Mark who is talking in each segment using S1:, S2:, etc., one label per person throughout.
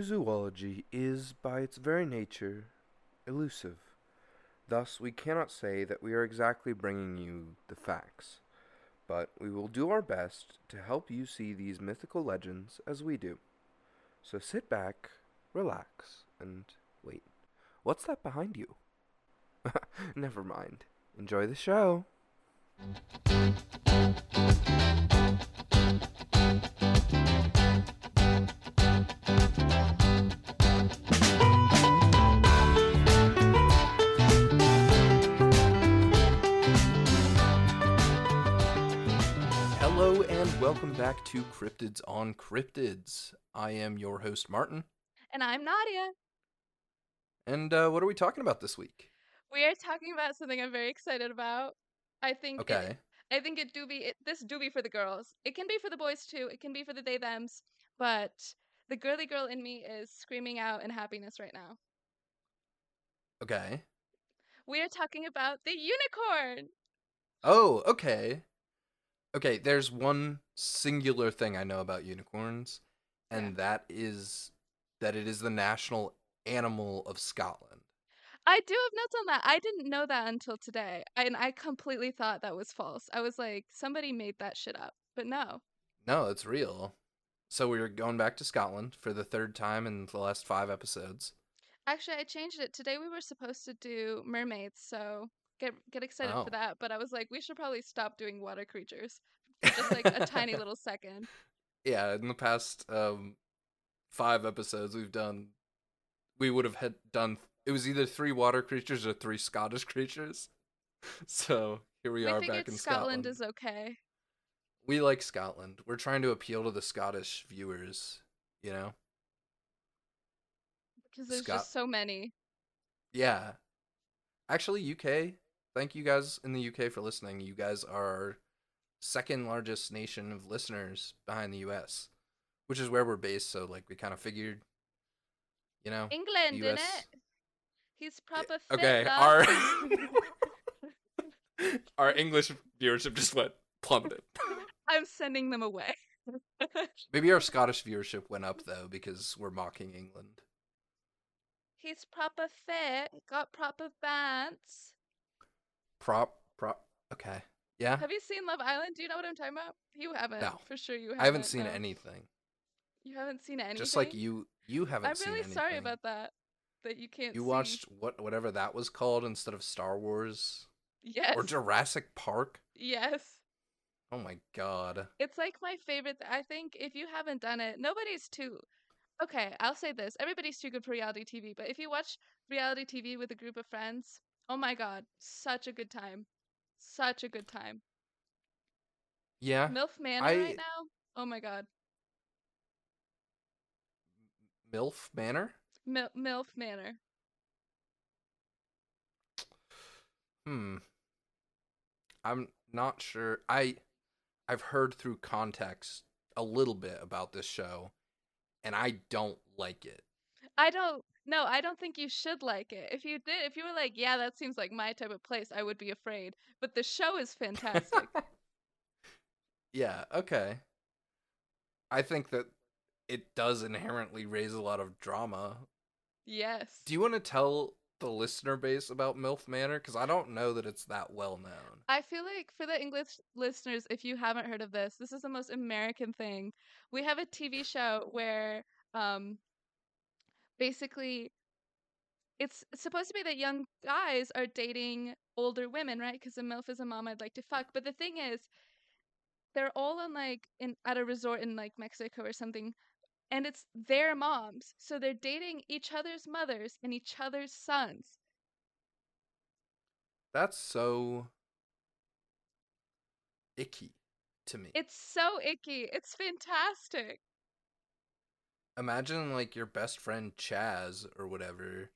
S1: Cryptozoology is, by its very nature, elusive. Thus, we cannot say that we are exactly bringing you the facts, but we will do our best to help you see these mythical legends as we do. So sit back, relax, and wait. What's that behind you? Never mind. Enjoy the show. Hello and welcome back to Cryptids on Cryptids. I am your host Martin,
S2: And I'm Nadia.
S1: and uh, what are we talking about this week?
S2: We are talking about something I'm very excited about. I think it-
S1: Okay,
S2: I think it do be it, this do be for the girls. It can be for the boys too. It can be for the they thems, but the girly girl in me is screaming out in happiness right now.
S1: okay.
S2: We are talking about the unicorn.
S1: Oh, okay. Okay, there's one singular thing I know about unicorns, and
S2: Yeah.
S1: that is that it is the national animal of Scotland.
S2: I do have notes on that. I didn't know that until today, and I completely thought that was false. I was like, somebody made that shit up, but no.
S1: No, it's real. So we're going back to Scotland for the third time in the last five episodes.
S2: Actually, I changed it. Today we were supposed to do mermaids, so get get excited
S1: Oh.
S2: for that. But I was like, we should probably stop doing water creatures for just like a tiny little second.
S1: Yeah, in the past um, five episodes we've done, we would have had done. It was either three water creatures or three Scottish creatures. So here we,
S2: We,
S1: are back
S2: figured
S1: in
S2: Scotland, is okay.
S1: we like Scotland. We're trying to appeal to the Scottish viewers, you know?
S2: because there's
S1: Scot-
S2: just so many.
S1: Yeah. Actually, UK, thank you guys in the UK for listening. You guys are our second largest nation of listeners behind the US, which is where we're based. So, like, we kind of figured, you know?
S2: England, in
S1: US.
S2: it. He's proper fit.
S1: okay,
S2: love.
S1: our, our English viewership just went plummeted.
S2: I'm sending them away.
S1: Maybe our Scottish viewership went up, though, because we're mocking England.
S2: He's proper fit. Got proper pants.
S1: Prop, prop. Okay. Yeah.
S2: Have you seen Love Island? Do you know what I'm talking about? You haven't.
S1: Uh No.
S2: For sure you haven't.
S1: I haven't seen
S2: no.
S1: anything.
S2: You haven't seen anything.
S1: Just like you, you haven't
S2: I'm
S1: seen
S2: really
S1: anything.
S2: sorry about that. That you can't.
S1: You
S2: see.
S1: watched what whatever that was called instead of Star Wars
S2: Yes.
S1: or Jurassic Park.
S2: yes.
S1: Oh my god.
S2: It's like my favorite. Th- I think if you haven't done it, nobody's too. Okay, I'll say this: everybody's too good for reality TV. But if you watch reality TV with a group of friends, oh my god, such a good time, such a good time.
S1: Yeah.
S2: Milf Manor
S1: Uh, I-
S2: right now. Oh my god,
S1: MILF Manor.
S2: Mil- Milf Manor.
S1: Hmm. I'm not sure. I I've heard through context a little bit about this show, and I don't like it.
S2: I don't. No, I don't think you should like it. If you did, if you were like, yeah, that seems like my type of place, I would be afraid. But the show is fantastic.
S1: Yeah, okay. I think that it does inherently raise a lot of drama.
S2: yes.
S1: Do you want to tell the listener base about MILF Manor? Because I don't know that it's that well known.
S2: I feel like for the English listeners, if you haven't heard of this, this is the most American thing. We have a TV show where um, basically it's supposed to be that young guys are dating older women, right? Because a MILF is a mom I'd like to fuck. But the thing is, they're all on like in at a resort in like Mexico or something, and it's their moms. So they're dating each other's mothers and each other's sons.
S1: That's so icky to me.
S2: It's so icky. It's fantastic.
S1: Imagine like your best friend Chaz or whatever.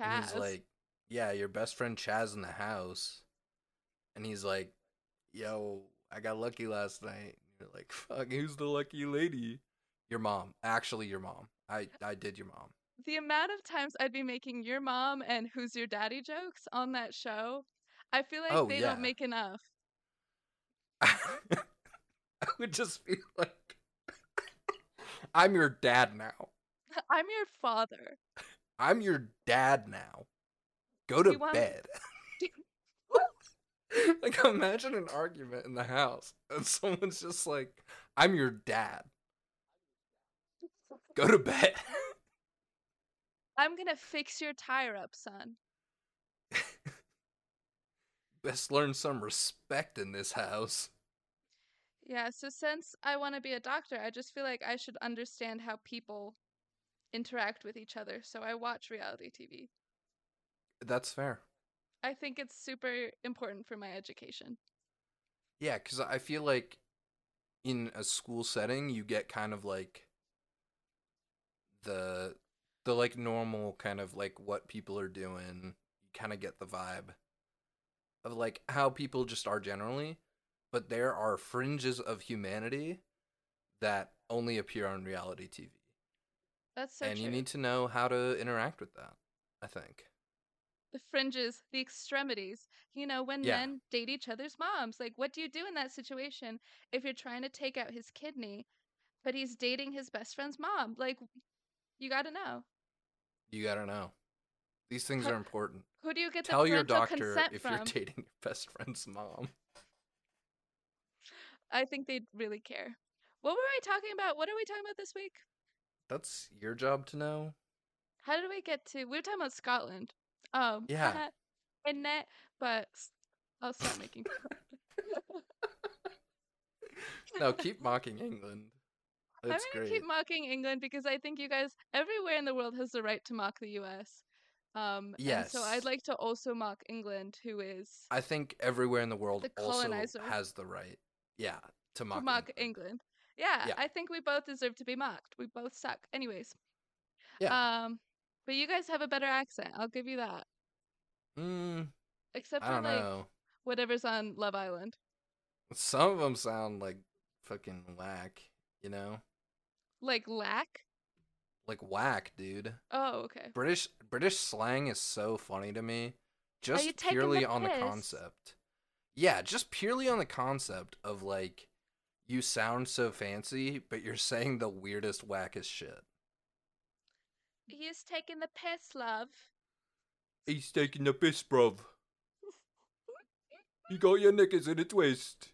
S1: And he's
S2: Chaz.
S1: like, yeah, your best friend Chaz in the house. And he's like, yo, I got lucky last night. You're like, fuck, who's the lucky lady? Your mom. Actually, your mom. I, I did your mom.
S2: the amount of times I'd be making your mom and who's your daddy jokes on that show, I feel like
S1: Oh,
S2: they
S1: yeah.
S2: don't make enough.
S1: I would just be like, I'm your dad now.
S2: I'm your father.
S1: I'm your dad now. Go to
S2: You want-
S1: bed. like imagine an argument in the house and someone's just like, "I'm your dad. Go to bed."
S2: I'm gonna fix your tire up, son.
S1: Best learn some respect in this house.
S2: Yeah, so since I want to be a doctor, I just feel like I should understand how people interact with each other. So I watch reality TV.
S1: That's fair.
S2: I think it's super important for my education.
S1: Yeah, because I feel like in a school setting, you get kind of like the the like normal kind of like what people are doing. You kind of get the vibe of like how people just are generally, but there are fringes of humanity that only appear on reality TV,
S2: That's so
S1: and you
S2: true.
S1: need to know how to interact with that. I think.
S2: the fringes, the extremities. You know, when
S1: Yeah.
S2: men date each other's moms, like what do you do in that situation if you're trying to take out his kidney, but he's dating his best friend's mom? Like, you got to know.
S1: You gotta know. These things
S2: Huh.
S1: are important.
S2: Who do you get
S1: Tell
S2: the
S1: your
S2: parental
S1: doctor
S2: consent
S1: if
S2: from?
S1: you're dating your best friend's mom.
S2: I think they'd really care. What were I talking about? What are we talking about this week?
S1: That's your job to know.
S2: How did we get to? We were talking about Scotland. Um,
S1: Yeah.
S2: and that, but s- I'll stop making.
S1: No, keep mocking England. That's
S2: I'm gonna
S1: great.
S2: keep mocking England because I think you guys everywhere in the world has the right to mock the U.S. Um, and so I'd
S1: Yes.
S2: like to also mock England, who is
S1: I think everywhere in the world
S2: The
S1: also
S2: colonizer.
S1: has the right, yeah, to
S2: to
S1: mock,
S2: mock
S1: England.
S2: England. Yeah,
S1: Yeah.
S2: I think we both deserve to be mocked. We both suck. Anyways.
S1: Yeah.
S2: Um, but you guys have a better accent. I'll give you that.
S1: Mm,
S2: Except
S1: I
S2: for
S1: don't
S2: like
S1: know.
S2: whatever's on Love Island.
S1: Some of them sound like fucking whack, you know,
S2: Like lack.
S1: like whack, dude.
S2: Oh, okay.
S1: British British slang is so funny to me,
S2: you
S1: just
S2: taking the
S1: purely on the
S2: piss?
S1: concept. Yeah, just purely on the concept of like, you sound so fancy, but you're saying the weirdest, wackest shit.
S2: He's taking the piss, love.
S1: He's taking the piss, bruv. You got your knickers in a twist.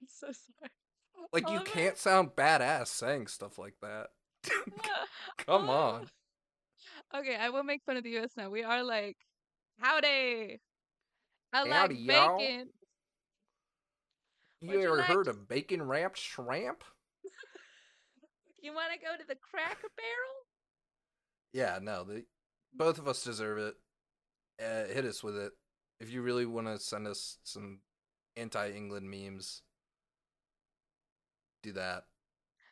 S2: I'm so sorry.
S1: Like, you
S2: Oliver?
S1: can't sound badass saying stuff like that. Come on.
S2: Okay, I will make fun of the U.S. now. We are like, howdy. I
S1: Howdy,
S2: like
S1: y'all.
S2: bacon.
S1: You
S2: Would you
S1: ever
S2: like
S1: heard
S2: to-
S1: of bacon wrapped shrimp?
S2: You want to go to the Cracker Barrel?
S1: Yeah, no, the, both of us deserve it. Uh, hit us with it. If you really want to send us some anti England memes, do that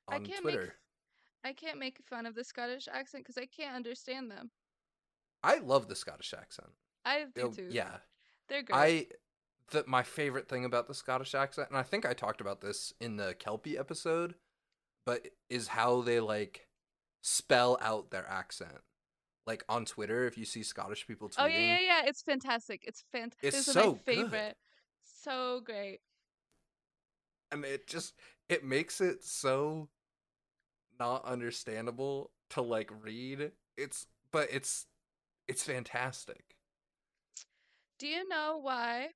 S2: I
S1: on
S2: can't make-
S1: Twitter.
S2: I can't make fun of the Scottish accent because I can't understand them.
S1: I love the Scottish accent.
S2: I do
S1: They'll-
S2: too.
S1: yeah.
S2: they're great.
S1: I that my favorite thing about the Scottish accent, and I think I talked about this in the Kelpie episode, but is how they like spell out their accent. Like on Twitter, if you see Scottish people tweeting,
S2: oh yeah, yeah, yeah. It's fantastic. It's fantastic.
S1: It's
S2: this is
S1: so
S2: my
S1: good.
S2: favorite. So great.
S1: and it just it makes it so not understandable to like read. It's but it's it's fantastic.
S2: Do you know why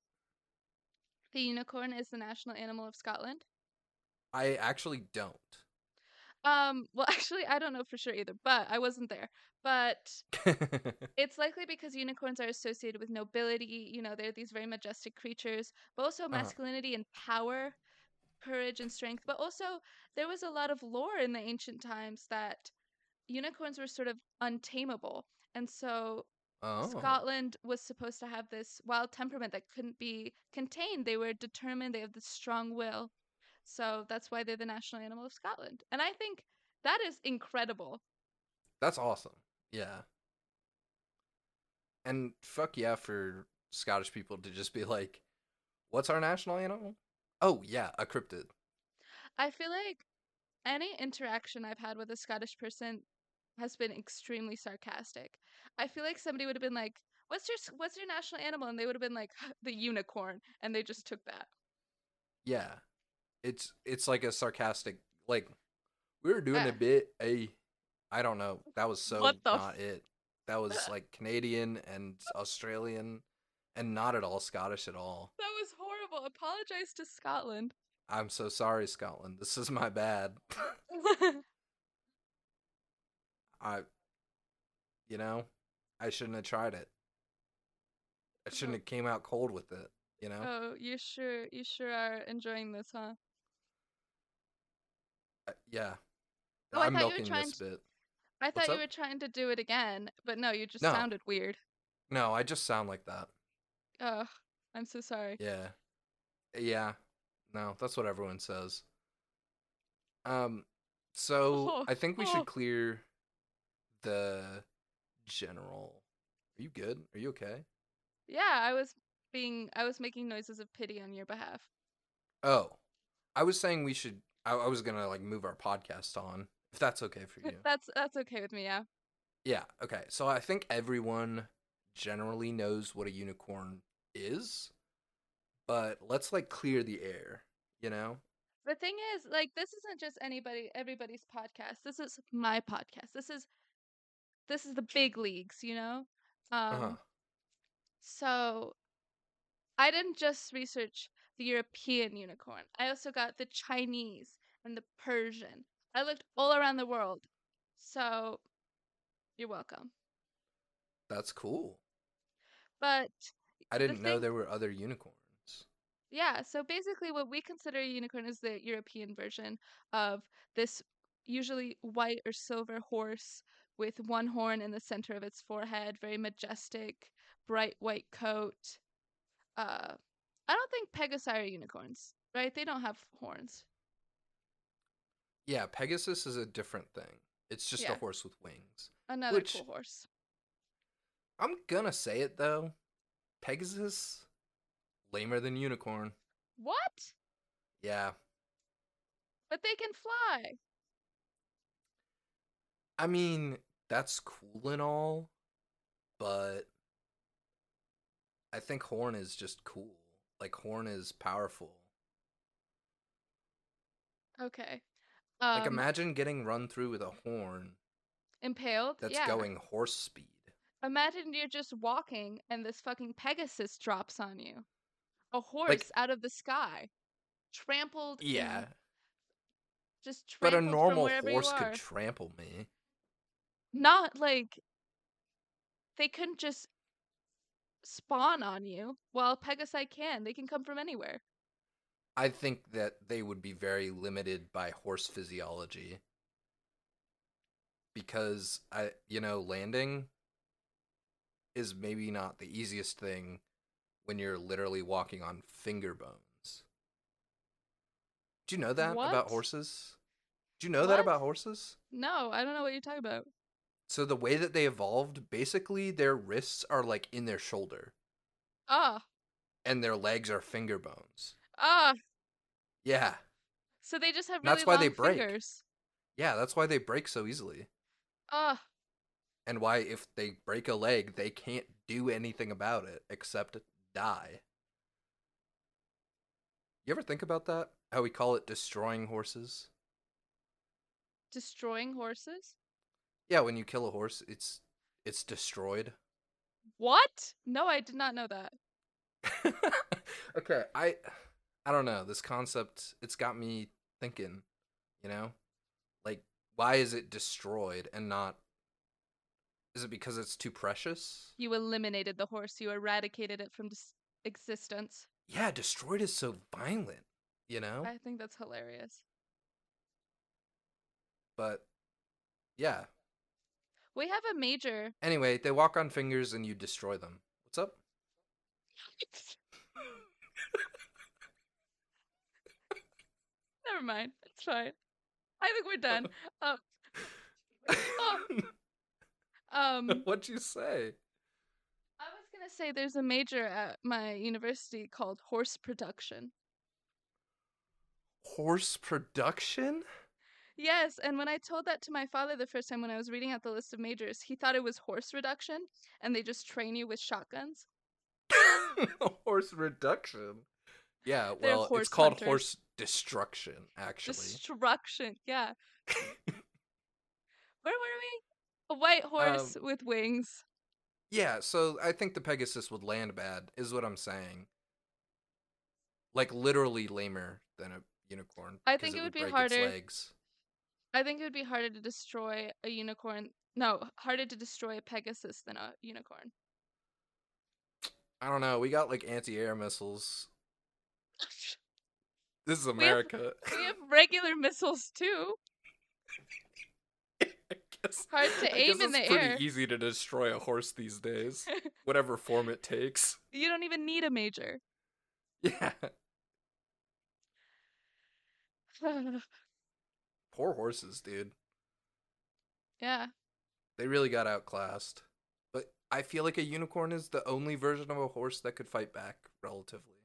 S2: the unicorn is the national animal of Scotland?
S1: I actually don't.
S2: Um, well, actually, I don't know for sure either, but I wasn't there. But it's likely because unicorns are associated with nobility. You know, they're these very majestic creatures, but also masculinity and power, courage and strength. But also, there was a lot of lore in the ancient times that unicorns were sort of untamable. And so
S1: oh.
S2: Scotland was supposed to have this wild temperament that couldn't be contained. They were determined, they have this strong will. So that's why they're the national animal of Scotland. And I think that is incredible.
S1: That's awesome. Yeah. And fuck yeah for Scottish people to just be like, what's our national animal? Oh, yeah, a cryptid.
S2: I feel like any interaction I've had with a Scottish person has been extremely sarcastic. I feel like somebody would have been like, "What's your s- what's your national animal?" and they would have been like, "The unicorn," and they just took that.
S1: Yeah. It's it's like a sarcastic like we were doing
S2: Uh.
S1: a bit a I don't know. That was so
S2: What the
S1: not it. That was like Canadian and Australian and not at all Scottish at all.
S2: That was horrible. Apologize to Scotland.
S1: I'm so sorry, Scotland. This is my bad. I, you know, I shouldn't have tried it. I shouldn't have came out cold with it. You know,
S2: Mm-hmm. oh, you sure you sure are enjoying this, huh?
S1: Uh, yeah.
S2: Oh, I
S1: I'm
S2: thought you were
S1: milking
S2: trying
S1: this bit.
S2: I
S1: What's
S2: thought
S1: up?
S2: you were trying to do it again, but no, you just
S1: No.
S2: sounded weird.
S1: No, I just sound like that.
S2: Oh, I'm so sorry.
S1: Yeah. Yeah. No, that's what everyone says. Um so
S2: Oh,
S1: I think we
S2: oh.
S1: should clear the general. Are you good? Are you okay?
S2: Yeah, I was being I was making noises of pity on your behalf.
S1: Oh. I was saying we should I, I was going to like move our podcast on if that's okay for you.
S2: That's that's okay with me, yeah.
S1: yeah, okay. So I think everyone generally knows what a unicorn is, but let's like clear the air, you know?
S2: The thing is, like, this isn't just anybody everybody's podcast. This is my podcast. This is this is the big leagues, you know? Um
S1: Uh-huh.
S2: So I didn't just research the European unicorn. I also got the Chinese and the Persian. I looked all around the world. So you're welcome.
S1: That's cool.
S2: But
S1: I didn't know
S2: thing-
S1: there were other unicorns.
S2: yeah, so basically what we consider a unicorn is the European version of this usually white or silver horse with one horn in the center of its forehead, very majestic, bright white coat. Uh I don't think Pegasi are unicorns, right? They don't have horns.
S1: Yeah, Pegasus is a different thing. It's just
S2: Yeah.
S1: a horse with wings.
S2: Another
S1: Which-
S2: cool horse.
S1: I'm gonna say it though. Pegasus lamer than unicorn.
S2: What?
S1: Yeah.
S2: But they can fly.
S1: I mean, that's cool and all, but I think horn is just cool. Like horn is powerful.
S2: Okay. Um,
S1: like imagine getting run through with a horn
S2: impaled.
S1: that's
S2: yeah.
S1: going horse speed.
S2: Imagine you're just walking and this fucking Pegasus drops on you. A horse out of the sky. Trampled. in,
S1: Yeah.
S2: Just
S1: But a
S2: trampled from
S1: normal
S2: wherever you
S1: horse
S2: are.
S1: could trample me.
S2: Not like they couldn't just spawn on you. While Pegasi can. They can come from anywhere.
S1: I think that they would be very limited by horse physiology because I you know landing is maybe not the easiest thing when you're literally walking on finger bones. Do you know that
S2: What?
S1: about horses? Do you know that
S2: What?
S1: about horses?
S2: No, I don't know what you're talking about.
S1: So the way that they evolved, basically their wrists are like in their shoulder
S2: Ah,
S1: and their legs are finger bones.
S2: ah.
S1: Yeah.
S2: So they just have really
S1: That's why they
S2: long
S1: break.
S2: fingers.
S1: Yeah, that's why they break so easily.
S2: Ah.
S1: and why if they break a leg they can't do anything about it except die you ever think about that how we call it destroying horses
S2: destroying horses?
S1: yeah when you kill a horse it's it's destroyed
S2: What? No, I did not know that.
S1: okay i i don't know this concept it's got me thinking you know like why is it destroyed and not is it because it's too precious
S2: You eliminated the horse. You eradicated it from dis- existence.
S1: yeah destroyed is so violent you know
S2: I think that's hilarious.
S1: but yeah
S2: We have a major.
S1: Anyway, they walk on fingers and you destroy them. What's up?
S2: Never mind. It's fine. I think we're done. um, Oh. um,
S1: What'd you say?
S2: I was gonna say there's a major at my university called horse production.
S1: Horse production?
S2: Yes, and when I told that to my father the first time when I was reading out the list of majors, he thought it was horse reduction, and they just train you with shotguns.
S1: horse reduction. Yeah,
S2: They're
S1: well,
S2: horse
S1: it's called
S2: hunters.
S1: horse destruction, actually.
S2: Destruction. Yeah. Where were we? A white horse
S1: Um
S2: with wings.
S1: Yeah, so I think the Pegasus would land bad, is what I'm saying. Like literally lamer than a unicorn.
S2: I
S1: 'cause
S2: think it would be
S1: break its
S2: harder-
S1: legs.
S2: I think it would be harder to destroy a unicorn. No, harder to destroy a Pegasus than a unicorn.
S1: I don't know. We got like anti-air missiles. This is
S2: We have-
S1: America.
S2: we have regular missiles too.
S1: I guess,
S2: hard to
S1: I
S2: aim
S1: guess
S2: in
S1: it's
S2: the
S1: pretty
S2: air.
S1: easy to destroy a horse these days, whatever form it takes.
S2: You don't even need a major.
S1: Yeah. Poor horses, dude.
S2: yeah.
S1: They really got outclassed. But I feel like a unicorn is the only version of a horse that could fight back relatively.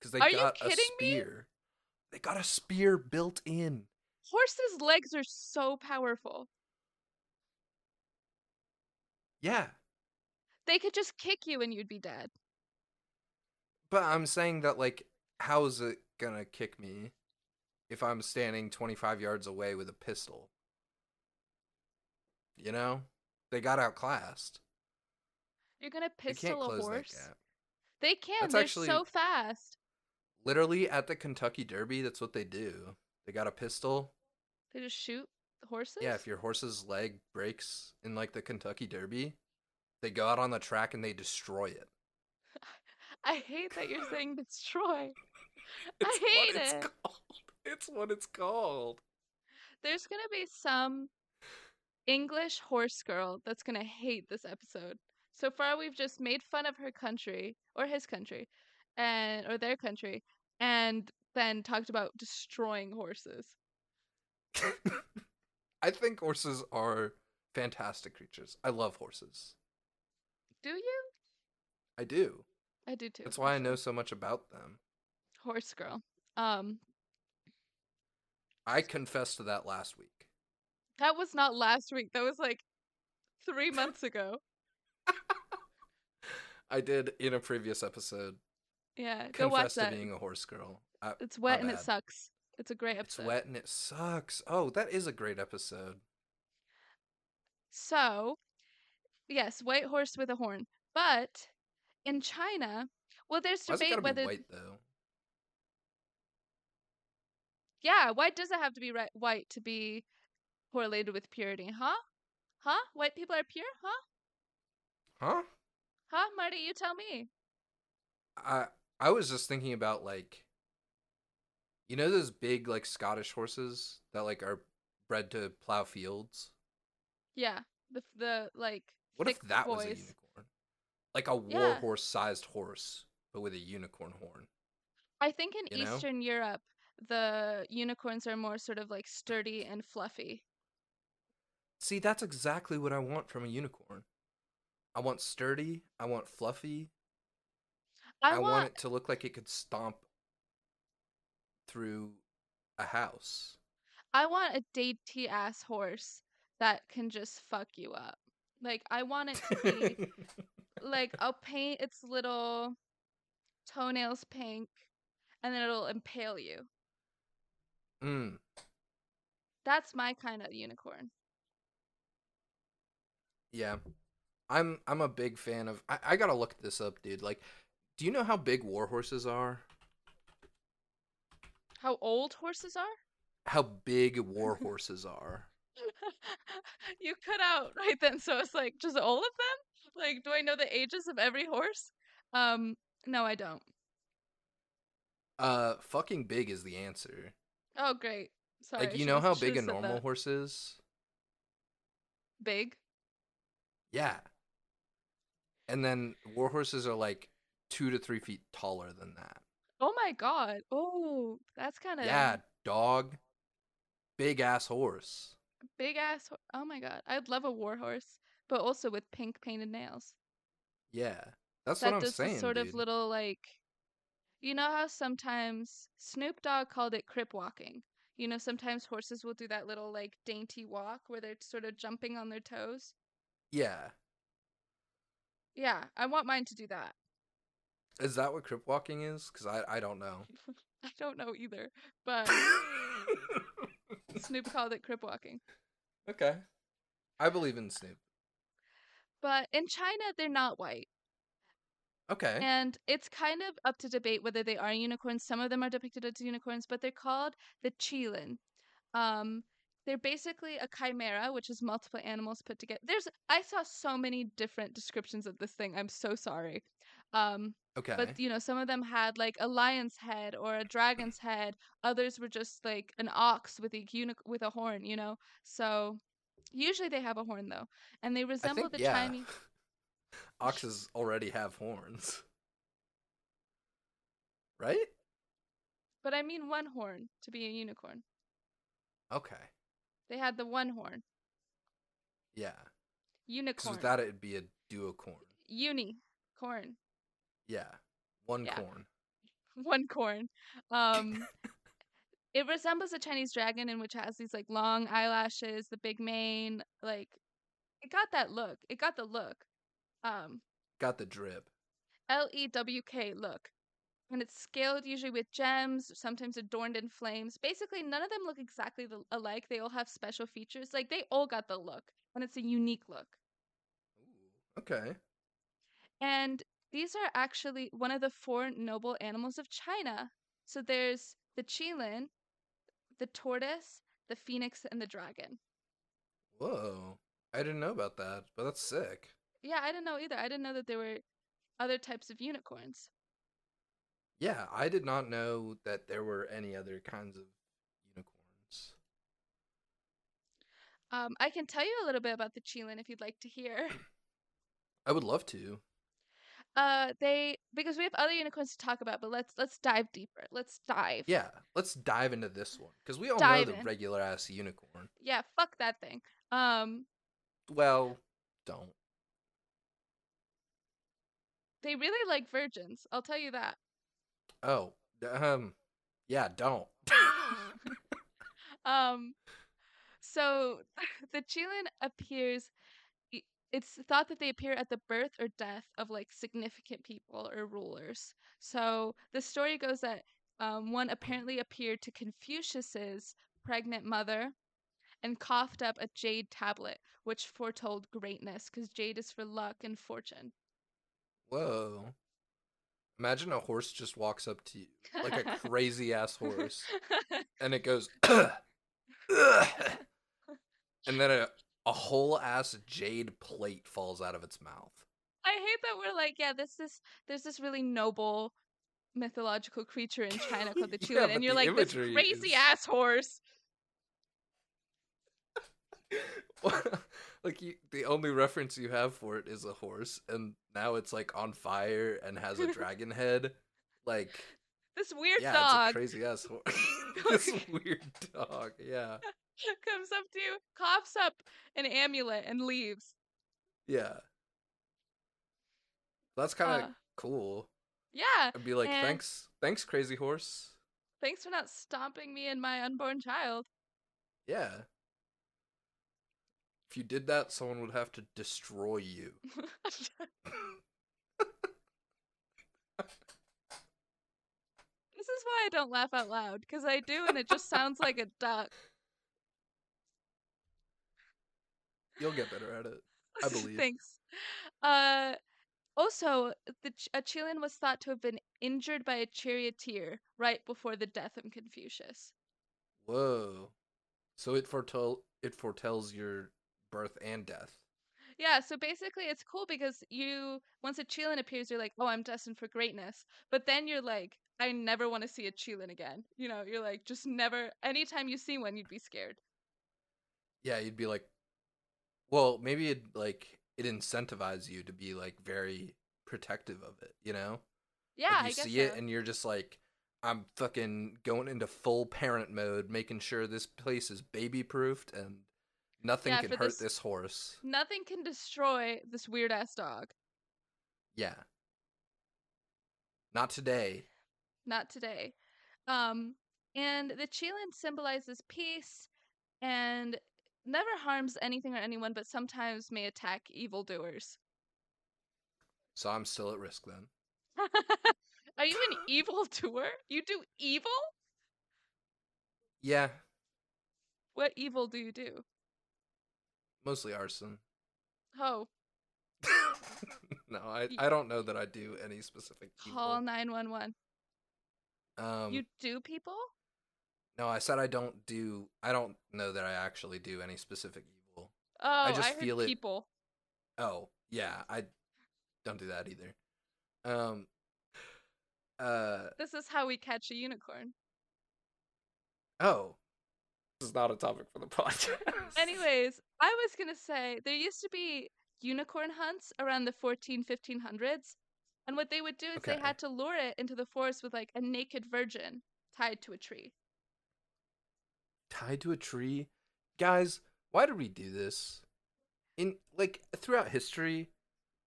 S1: Because they
S2: Are you
S1: got a
S2: kidding me?
S1: spear. They got a spear built in.
S2: Horses' legs are so powerful.
S1: Yeah.
S2: They could just kick you and you'd be dead.
S1: But I'm saying that, like, how is it gonna kick me if I'm standing 25 yards away with a pistol? You know? They got outclassed.
S2: You're gonna
S1: They can't
S2: pistol a
S1: close that
S2: horse.
S1: gap.
S2: They can.
S1: That's
S2: They're
S1: actually-
S2: so fast.
S1: Literally, at the Kentucky Derby, that's what they do. They got a pistol.
S2: They just shoot the horses.
S1: Yeah, if your horse's leg breaks in, like, the Kentucky Derby, they go out on the track and they destroy it.
S2: I hate that you're saying destroy. hate
S1: what It's
S2: it.
S1: called. It's what it's called.
S2: There's gonna be some English horse girl that's gonna hate this episode. So far, we've just made fun of her country or his country, and or their country, and then talked about destroying horses.
S1: I think horses are fantastic creatures. I love horses.
S2: Do you?
S1: I do.
S2: I do too.
S1: That's why I
S2: actually.
S1: know so much about them.
S2: horse girl. Um,
S1: I confessed to that last week.
S2: that was not last week. That was like three months ago.
S1: I did in a previous episode.
S2: Yeah, go watch
S1: Confess to
S2: that.
S1: being a horse girl. I,
S2: It's wet
S1: My
S2: and it
S1: bad.
S2: sucks. It's a great
S1: it's
S2: episode.
S1: wet and it sucks. Oh, that is a great episode.
S2: So, yes, white horse with a horn. But in China, well, there's
S1: Why's it
S2: debate
S1: gotta
S2: whether
S1: be white though?
S2: yeah, why does it have to be ri- white to be correlated with purity? Huh? Huh? White people are pure? Huh?
S1: Huh?
S2: Huh? Marty, you tell me.
S1: I I was just thinking about like you know those big like Scottish horses that like are bred to plow fields?
S2: Yeah, the the like
S1: What if
S2: thick
S1: that was a
S2: voice.
S1: unicorn? Like a war
S2: Yeah.
S1: horse sized horse, but with a unicorn horn.
S2: I think in
S1: you know?
S2: Eastern Europe, the unicorns are more sort of like sturdy and fluffy.
S1: See, that's exactly what I want from a unicorn. I want sturdy, I want fluffy,
S2: I,
S1: I,
S2: want,
S1: want... it to look like it could stomp through a house.
S2: I want a dainty ass horse that can just fuck you up. Like I want it to be like I'll paint its little toenails pink and then it'll impale you.
S1: mm,
S2: That's my kind of unicorn.
S1: yeah. I'm I'm a big fan of I, I gotta look this up, dude. Like, do you know how big war horses are?
S2: How old horses are?
S1: How big war horses are.
S2: you cut out right then, so it's like just all of them? Like do I know the ages of every horse? Um no I don't.
S1: Uh fucking big is the answer.
S2: Oh great. Sorry.
S1: like
S2: I
S1: you know
S2: should've-
S1: how big a
S2: should've said
S1: normal
S2: that.
S1: horse is?
S2: big?
S1: Yeah. And then war horses are like two to three feet taller than that.
S2: Oh my god. Oh, that's kind of
S1: Yeah, dog. Big ass horse.
S2: big ass. ho- Oh my god, I'd love a war horse, but also with pink painted nails.
S1: Yeah. That's
S2: that
S1: what I'm
S2: does
S1: saying.
S2: this sort of
S1: dude.
S2: little like, you know how sometimes Snoop Dogg called it crip walking. You know, sometimes horses will do that little like dainty walk where they're sort of jumping on their toes.
S1: Yeah.
S2: Yeah, I want mine to do that.
S1: Is that what crip walking is? Because I, I don't know.
S2: I don't know either, but Snoop called it crip walking.
S1: okay. I believe in Snoop.
S2: But in China, they're not white.
S1: Okay.
S2: And it's kind of up to debate whether they are unicorns. Some of them are depicted as unicorns, but they're called the Chilin. Um, they're basically a chimera, which is multiple animals put together. There's I saw so many different descriptions of this thing. I'm so sorry. Um,
S1: okay.
S2: but you know, some of them had like a lion's head or a dragon's head. Others were just like an ox with a uni- with a horn. You know, so usually they have a horn though, and they
S1: I
S2: resemble
S1: think,
S2: the
S1: yeah.
S2: Chinese.
S1: Oxes already have horns. Right?
S2: But I mean one horn to be a unicorn.
S1: Okay.
S2: They had the one horn.
S1: Yeah. Because
S2: Unicorn.
S1: without it, it'd be a duocorn.
S2: Uni. Corn.
S1: Yeah. One
S2: Yeah.
S1: corn.
S2: One corn. Um it resembles a Chinese dragon in which it has these like long eyelashes, the big mane, like it got that look. It got the look. Um
S1: Got the drip.
S2: L E W K look. And it's scaled usually with gems, sometimes adorned in flames. Basically, none of them look exactly the, alike. They all have special features. Like, they all got the look, and it's a unique look.
S1: Ooh, okay.
S2: And these are actually one of the four noble animals of China. So there's the qilin, the tortoise, the phoenix, and the dragon.
S1: Whoa. I didn't know about that, but that's sick.
S2: Yeah, I didn't know either. I didn't know that there were other types of unicorns.
S1: Yeah, I did not know that there were any other kinds of unicorns.
S2: Um, I can tell you a little bit about the qilin if you'd like to hear.
S1: I would love to.
S2: Uh, they because we have other unicorns to talk about, but let's let's dive deeper. Let's dive.
S1: Yeah, let's dive into this one because we all
S2: Dive
S1: know the
S2: in.
S1: regular ass unicorn.
S2: Yeah. Fuck that thing. Um,
S1: Well, don't.
S2: they really like virgins. I'll tell you that.
S1: Oh, um, yeah, don't.
S2: Um, so the Chilin appears. i- It's thought that they appear at the birth or death of like significant people or rulers. So the story goes that um, one apparently appeared to Confucius's pregnant mother and coughed up a jade tablet, which foretold greatness, because jade is for luck and fortune.
S1: Whoa. Imagine a horse just walks up to you, like a crazy ass horse, and it goes, and then a, a whole ass jade plate falls out of its mouth.
S2: I hate that we're like, yeah, this is there's this really noble mythological creature in China called the
S1: Yeah,
S2: Chulin,
S1: but
S2: and you're
S1: the
S2: like this
S1: imagery
S2: crazy
S1: is-
S2: ass horse.
S1: like you, the only reference you have for it is a horse, and now it's like on fire and has a dragon head. Like,
S2: This weird
S1: yeah, it's
S2: dog
S1: a crazy ass horse. this weird dog. Yeah,
S2: comes up to you, coughs up an amulet, and leaves.
S1: yeah. That's kind of
S2: Uh.
S1: cool.
S2: Yeah,
S1: I'd be like,
S2: And-
S1: thanks, thanks, crazy horse.
S2: thanks for not stomping me and my unborn child.
S1: Yeah. If you did that, someone would have to destroy you.
S2: This is why I don't laugh out loud because I do, and it just sounds like a duck.
S1: You'll get better at it. I believe.
S2: Thanks. Uh, also, the Ch- a Chilean was thought to have been injured by a charioteer right before the death of Confucius.
S1: Whoa. So it foretell it foretells your birth and death.
S2: Yeah, so basically, it's cool because you once a Chilean appears, you're like, oh, I'm destined for greatness. But then you're like, I never want to see a Chilean again. You know, you're like, just never. Anytime you see one, you'd be scared.
S1: Yeah, you'd be like well, maybe it like it incentivizes you to be like very protective of it, you know?
S2: Yeah,
S1: like,
S2: I
S1: you
S2: guess
S1: see it
S2: so.
S1: and you're just like I'm fucking going into full parent mode, making sure this place is baby proofed and nothing
S2: Yeah,
S1: can
S2: for
S1: hurt
S2: this-
S1: this horse.
S2: Nothing can destroy this weird ass dog.
S1: Yeah. Not today.
S2: not today. Um, and the Chilan symbolizes peace and never harms anything or anyone, but sometimes may attack evildoers.
S1: So I'm still at risk then.
S2: Are you an evildoer? You do evil?
S1: Yeah.
S2: What evil do you do?
S1: mostly arson.
S2: Ho,
S1: no, I, I don't know that I do any specific
S2: call
S1: people.
S2: 911.
S1: Um,
S2: you do people?
S1: No, I said I don't do. I don't know that I actually do any specific evil.
S2: Oh, I,
S1: just
S2: heard
S1: feel it-
S2: people.
S1: Oh, yeah, I don't do that either. Um. Uh
S2: This is how we catch a unicorn.
S1: oh. This is not a topic for the podcast.
S2: Anyways, I was going to say there used to be unicorn hunts around the 14, 1500s. And what they would do is they
S1: Okay.
S2: had to lure it into the forest with like a naked virgin tied to a tree.
S1: tied to a tree. Guys, why do we do this? In like throughout history,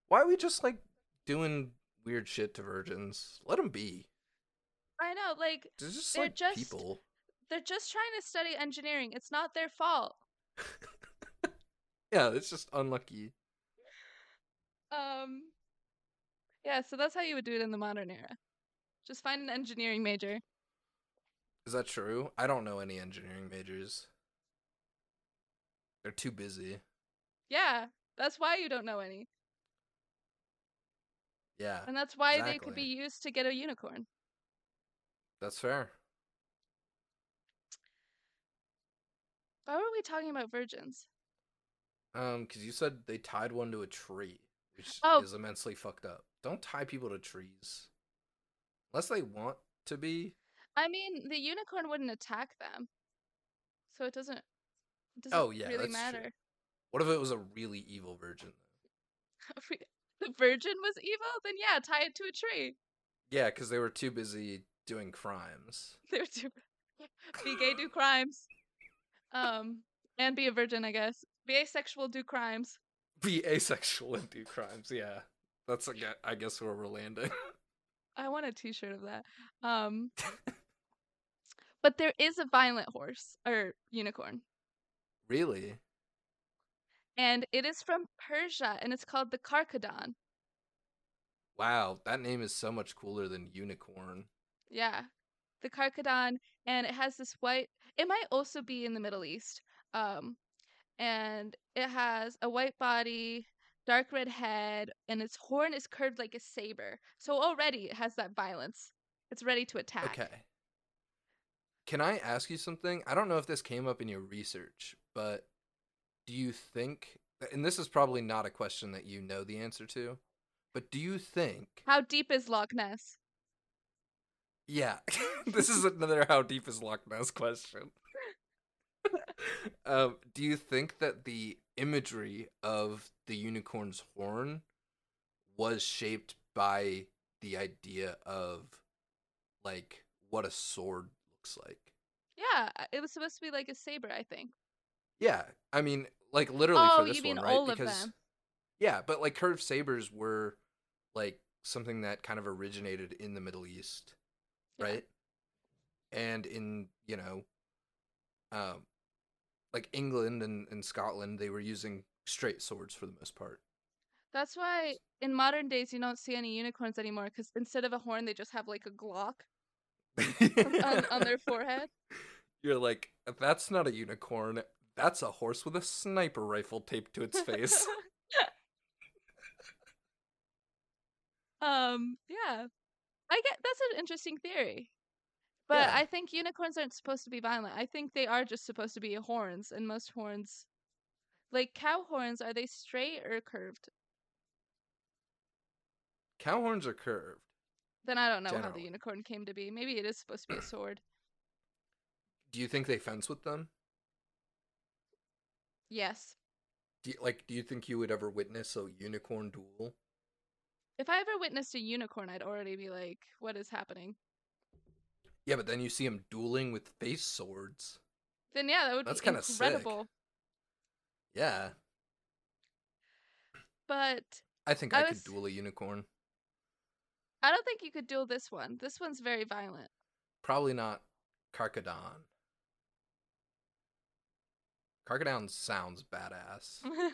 S1: why are we just like doing weird shit to virgins? Let them be.
S2: I know, like,
S1: They're just
S2: They're
S1: like
S2: just-
S1: people.
S2: they're just trying to study engineering. It's not their fault.
S1: Yeah, it's just unlucky.
S2: Um, yeah, so that's how you would do it in the modern era. Just find an engineering major.
S1: Is that true? I don't know any engineering majors. They're too busy.
S2: Yeah, that's why you don't know any.
S1: Yeah,
S2: And that's why they could be
S1: Exactly.
S2: used to get a unicorn.
S1: that's fair.
S2: Why were we talking about virgins?
S1: Um, because you said they tied one to a tree, which
S2: Oh.
S1: is immensely fucked up. Don't tie people to trees, unless they want to be.
S2: I mean, the unicorn wouldn't attack them. So it doesn't, it doesn't
S1: Oh, yeah,
S2: really
S1: that's true.
S2: matter.
S1: What if it was a really evil virgin?
S2: If we- the virgin was evil? Then yeah, tie it to a tree.
S1: Yeah, because they were too busy doing crimes.
S2: They were too be gay, do crimes. Um, and be a virgin, I guess. Be asexual, do crimes.
S1: Be asexual and do crimes. Yeah, that's I gue- I guess where we're landing.
S2: I want a T-shirt of that. Um, but there is a violent horse or unicorn,
S1: really?
S2: and it is from Persia, and it's called the Carcadon.
S1: Wow, that name is so much cooler than unicorn.
S2: Yeah, the Carcadon, and it has this white. It might also be in the Middle East. Um, and it has a white body, dark red head, and its horn is curved like a saber. So already it has that violence. It's ready to attack.
S1: Okay. Can I ask you something? I don't know if this came up in your research, but do you think and this is probably not a question that you know the answer to, but do you think
S2: How deep is Loch Ness?
S1: Yeah. this is another how deep is Loch Ness question. um, do you think that the imagery of the unicorn's horn was shaped by the idea of like what a sword looks like?
S2: Yeah, I- it was supposed to be like a saber, I think.
S1: Yeah, I mean, like literally
S2: Oh,
S1: for
S2: you
S1: this
S2: mean
S1: one, right?
S2: all of
S1: because
S2: them.
S1: yeah, but like curved sabers were like something that kind of originated in the Middle East,
S2: Yeah.
S1: right? And in you know, um, like England and and Scotland, they were using straight swords for the most part.
S2: That's why in modern days you don't see any unicorns anymore because instead of a horn, they just have like a Glock on, on their forehead.
S1: You're like, that's not a unicorn. That's a horse with a sniper rifle taped to its face.
S2: um, yeah. I get that's an interesting theory. But
S1: Yeah.
S2: I think unicorns aren't supposed to be violent. I think they are just supposed to be horns, and most horns, like cow horns, are they straight or curved?
S1: Cow horns are curved.
S2: Then I don't know how
S1: Generally.
S2: the unicorn came to be. Maybe it is supposed to be a sword.
S1: Do you think they fence with them?
S2: Yes.
S1: Do you, like, do you think you would ever witness a unicorn duel?
S2: If I ever witnessed a unicorn, I'd already be like, what is happening?
S1: Yeah, but then you see them dueling with face swords.
S2: Then yeah, that would
S1: That's
S2: be
S1: kinda sick.
S2: incredible.
S1: Yeah,
S2: But
S1: I think
S2: I
S1: I,
S2: was-
S1: could duel a unicorn.
S2: I don't think you could duel this one. This one's very violent.
S1: Probably not Carcadon. Carcadon sounds badass.
S2: Mm.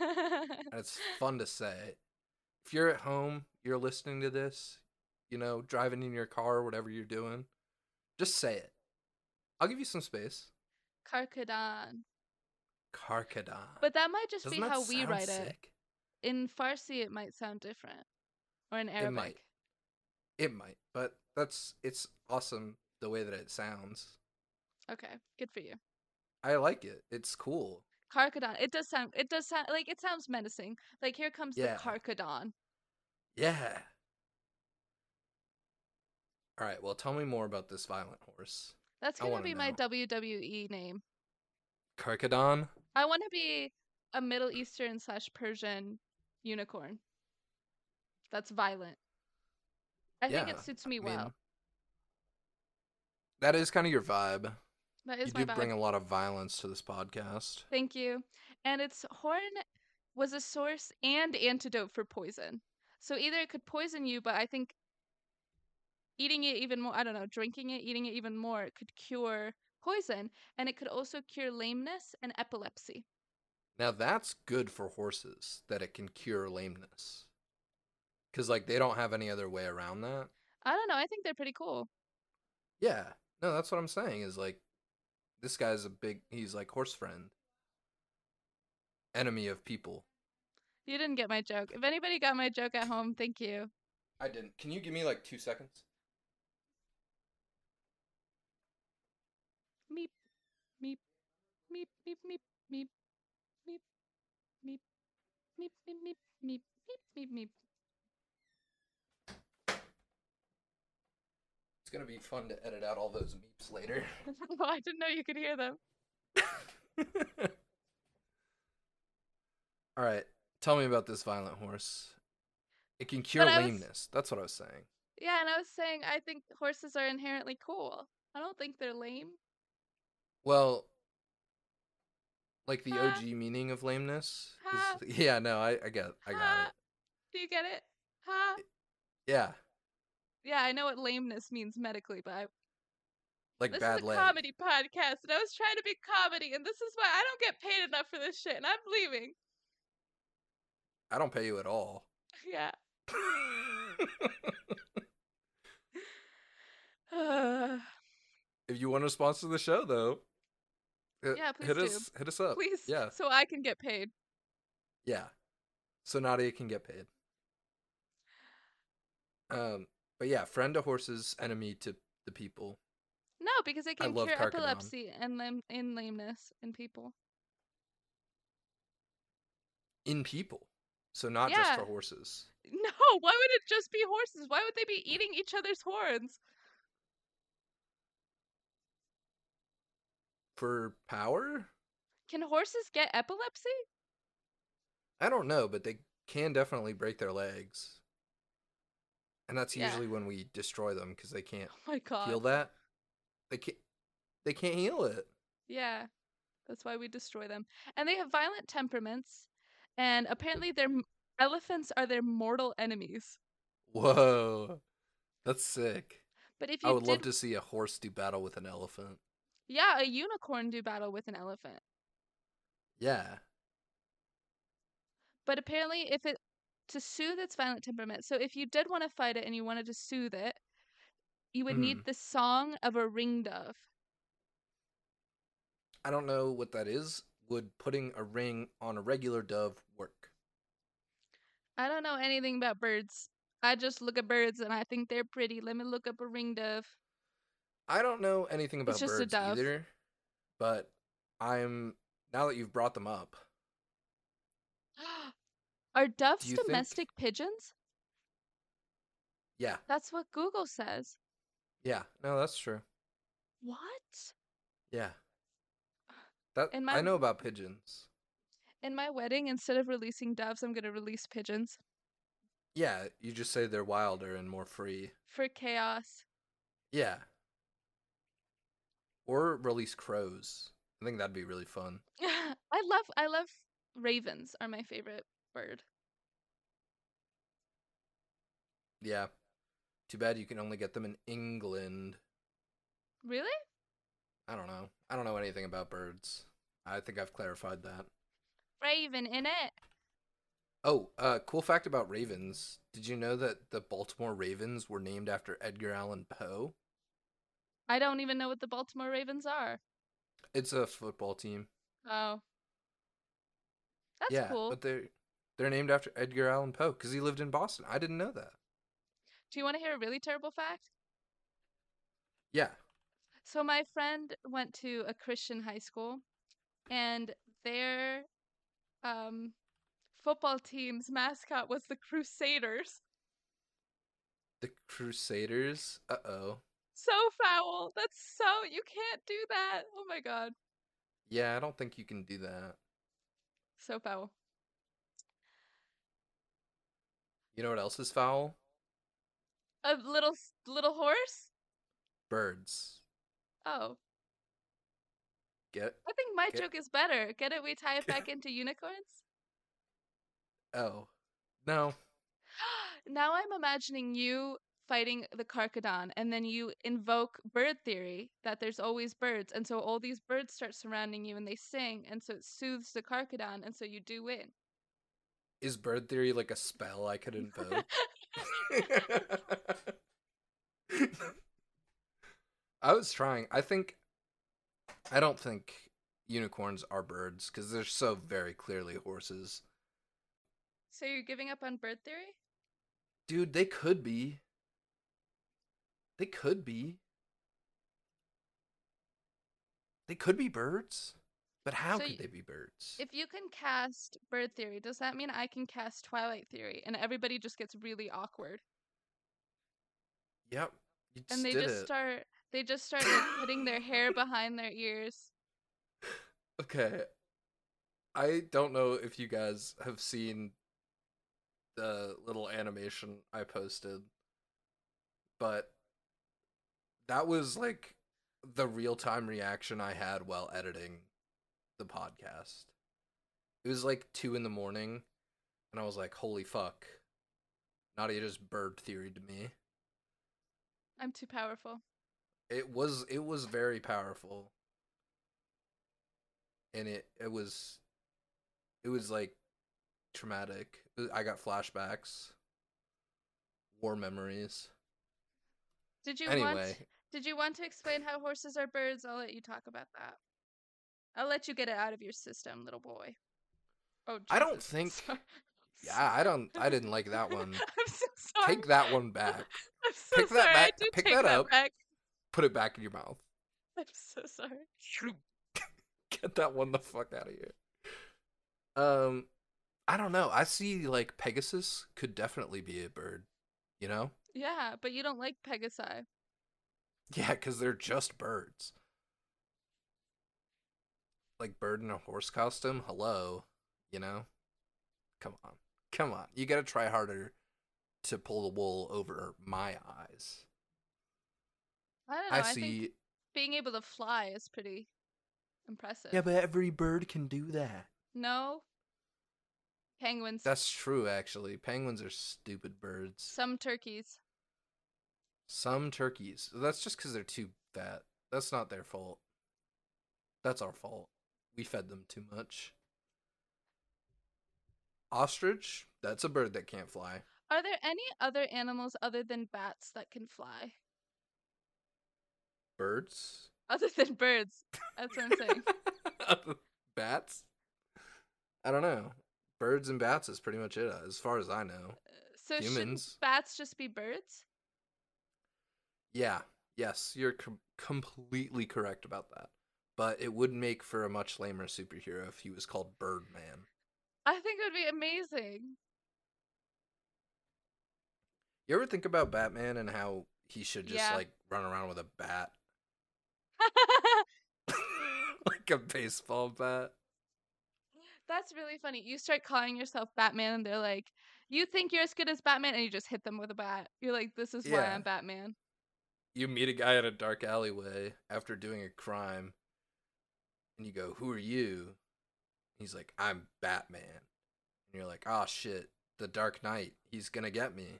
S1: and it's fun to say. If you're at home, you're listening to this, you know, driving in your car, whatever you're doing, just say it. I'll give you some space.
S2: Carcadon.
S1: Karkadan.
S2: But that might just
S1: Doesn't
S2: be
S1: that
S2: how we
S1: sound
S2: write it.
S1: sick?
S2: In Farsi, it might sound different, or in Arabic.
S1: might. It might, but that's it's awesome the way that it sounds.
S2: Okay, good for you.
S1: I like it. It's cool.
S2: Carcadon. It does sound. It does sound like it sounds menacing. Like here comes
S1: Yeah.
S2: the Carcadon.
S1: Yeah. All right. Well, tell me more about this violent horse,
S2: That's
S1: I
S2: gonna
S1: wanna
S2: be my
S1: know.
S2: WWE name.
S1: Karkadon.
S2: I want to be a Middle Eastern slash Persian unicorn. That's violent. I think
S1: Yeah,
S2: it suits me
S1: I mean,
S2: well.
S1: That is kind of your vibe.
S2: That is
S1: you
S2: my
S1: do
S2: vibe.
S1: bring a lot of violence to this podcast.
S2: Thank you. And its horn was a source and antidote for poison. So either it could poison you, but I think eating it even more, I don't know, drinking it, eating it even more, it could cure poison. And it could also cure lameness and epilepsy.
S1: Now that's good for horses that it can cure lameness. Cuz like they don't have any other way around that.
S2: I don't know. I think they're pretty cool.
S1: Yeah. No, that's what I'm saying is like this guy's a big he's like horse friend. Enemy of people.
S2: You didn't get my joke. If anybody got my joke at home, thank you.
S1: I didn't. Can you give me like 2 seconds?
S2: meep, meep, meep, meep, meep, meep, meep, meep, meep, meep, meep, meep, meep, meep, meep.
S1: It's going to be fun to edit out all those meeps later.
S2: oh, I didn't know you could hear them.
S1: all right. Tell me about this violent horse. It can cure
S2: I was-
S1: lameness. That's what I was saying.
S2: Yeah, and I was saying I think horses are inherently cool. I don't think they're lame.
S1: Well, like the
S2: Huh?
S1: OG meaning of lameness.
S2: Huh?
S1: Is, yeah, no, I, I get, I got
S2: Huh?
S1: it.
S2: Do you get it? Huh?
S1: Yeah,
S2: Yeah, I know what lameness means medically, but I,
S1: like
S2: this
S1: bad
S2: is a
S1: leg.
S2: comedy podcast, and I was trying to be comedy, and this is why I don't get paid enough for this shit, and I'm leaving.
S1: I don't pay you at all.
S2: Yeah.
S1: Oh,
S2: Ugh.
S1: if you want to sponsor the show, though, hit-
S2: Yeah, please
S1: hit
S2: do.
S1: us, hit us up,
S2: Please,
S1: Yeah,
S2: so I can get paid.
S1: yeah. So Nadia can get paid. Um, but yeah, friend to horses, enemy to the people.
S2: No, because it
S1: I
S2: can
S1: love
S2: cure
S1: Carcadon.
S2: epilepsy and lame and lameness in people.
S1: in people. So not
S2: Yeah.
S1: just for horses.
S2: No, why would it just be horses? Why would they be eating each other's horns?
S1: For power?
S2: Can horses get epilepsy?
S1: I don't know, but they can definitely break their legs. And that's
S2: Yeah.
S1: usually when we destroy them cuz they can't
S2: Oh my god.
S1: heal that. They can't they can't heal it.
S2: Yeah. That's why we destroy them. And they have violent temperaments and apparently their m- elephants are their mortal enemies.
S1: Whoa. That's sick.
S2: But if you
S1: I would love
S2: did-
S1: to see a horse do battle with an elephant.
S2: Yeah, a unicorn do battle with an elephant.
S1: Yeah.
S2: But apparently, if it to soothe its violent temperament, so if you did want to fight it and you wanted to soothe it, you would
S1: Mm.
S2: need the song of a ring dove.
S1: I don't know what that is. Would putting a ring on a regular dove work?
S2: I don't know anything about birds. I just look at birds and I think they're pretty. Let me look up a ring dove.
S1: I don't know anything about
S2: just a
S1: birds
S2: dove.
S1: either, but I'm now that you've brought them up.
S2: Are doves
S1: you think-
S2: domestic pigeons?
S1: Yeah,
S2: That's what Google says.
S1: yeah, no, that's true.
S2: What?
S1: Yeah, that
S2: And
S1: I
S2: my-
S1: know about pigeons.
S2: In my wedding, instead of releasing doves, I'm going to release pigeons
S1: Yeah, you just say they're wilder and more free.
S2: for chaos.
S1: Yeah, or release crows. I think that'd be really fun.
S2: I love I love ravens are my favorite bird.
S1: Yeah, too bad you can only get them in England.
S2: Really?
S1: I don't know. I don't know anything about birds. I think I've clarified that.
S2: Raven in it.
S1: Oh, uh, cool fact about ravens. Did you know that the Baltimore Ravens were named after Edgar Allan Poe?
S2: I don't even know what the Baltimore Ravens are.
S1: It's a football team.
S2: Oh, That's
S1: yeah,
S2: cool.
S1: but they're they're named after Edgar Allan Poe because he lived in Boston. I didn't know that.
S2: Do you want to hear a really terrible fact?
S1: Yeah.
S2: So my friend went to a Christian high school, and their um, football team's mascot was the Crusaders.
S1: The Crusaders. Uh oh.
S2: So foul. That's so you can't do that. Oh my god.
S1: Yeah, I don't think you can do that.
S2: So foul.
S1: You know what else is foul?
S2: A little s- little horse.
S1: Birds.
S2: Oh,
S1: Get
S2: I think my
S1: Get-
S2: joke is better. Get it? We tie it back into unicorns.
S1: oh. No.
S2: now I'm imagining you fighting the Carcadon, and then you invoke bird theory that there's always birds, and so all these birds start surrounding you, and they sing, and so it soothes the Carcadon, and so you do win.
S1: Is bird theory like a spell I could invoke? I was trying. I think I don't think unicorns are birds because they're so very clearly horses.
S2: So you're giving up on bird theory?
S1: Dude, they could be. They could be. They could be birds. But how
S2: So
S1: could
S2: y-
S1: they be birds?
S2: If you can cast bird theory, does that mean I can cast Twilight theory, and everybody just gets really awkward,
S1: yep. You just
S2: and they
S1: did
S2: just
S1: it.
S2: start they just start like, putting their hair behind their ears?
S1: Okay. I don't know if you guys have seen the little animation I posted, but that was like the real time reaction I had while editing the podcast. It was like two in the morning, and I was like, holy fuck. Nadia just bird theory to me.
S2: I'm too powerful.
S1: It was it was very powerful. And it it was it was like traumatic. I got flashbacks, war memories.
S2: Did you want
S1: anyway,
S2: Did you want to explain how horses are birds? I'll let you talk about that. I'll let you get it out of your system, little boy. Oh,
S1: I don't
S2: Jesus.
S1: think-
S2: Sorry.
S1: yeah, I don't I didn't like that one.
S2: I'm so sorry.
S1: Take that one back.
S2: I'm so
S1: pick that
S2: sorry.
S1: back-
S2: I did
S1: pick
S2: take
S1: that
S2: that,
S1: up.
S2: back.
S1: Put it back in your mouth.
S2: I'm so sorry.
S1: Get that one the fuck out of here. Um I don't know. I see like Pegasus could definitely be a bird, you know?
S2: Yeah, but you don't like Pegasi.
S1: Yeah, because they're just birds. Like bird in a horse costume? Hello. You know? Come on. Come on. You gotta try harder to pull the wool over my eyes.
S2: I don't know.
S1: I
S2: I, think
S1: see
S2: being able to fly is pretty impressive.
S1: Yeah, but every bird can do that.
S2: no. Penguins.
S1: That's true actually. Penguins are stupid birds.
S2: Some turkeys.
S1: Some turkeys. That's just because they're too fat. That's not their fault. That's our fault. We fed them too much. Ostrich? That's a bird that can't fly.
S2: Are there any other animals other than bats that can fly?
S1: Birds?
S2: Other than birds. That's what I'm saying.
S1: bats? I don't know. Birds and bats is pretty much it, uh, as far as I know.
S2: So
S1: Humans.
S2: shouldn't bats just be birds?
S1: Yeah. Yes, you're com- completely correct about that. But it would make for a much lamer superhero if he was called Birdman.
S2: I think it would be amazing.
S1: You ever think about Batman and how he should just
S2: Yeah.
S1: like run around with a bat, like a baseball bat?
S2: That's really funny. You start calling yourself Batman and they're like, "You think you're as good as Batman?" and you just hit them with a bat. You're like, "This is why
S1: Yeah.
S2: I'm Batman."
S1: You meet a guy in a dark alleyway after doing a crime, and you go, "Who are you?" He's like, "I'm Batman," and you're like, "Oh shit, the Dark Knight, he's gonna get me."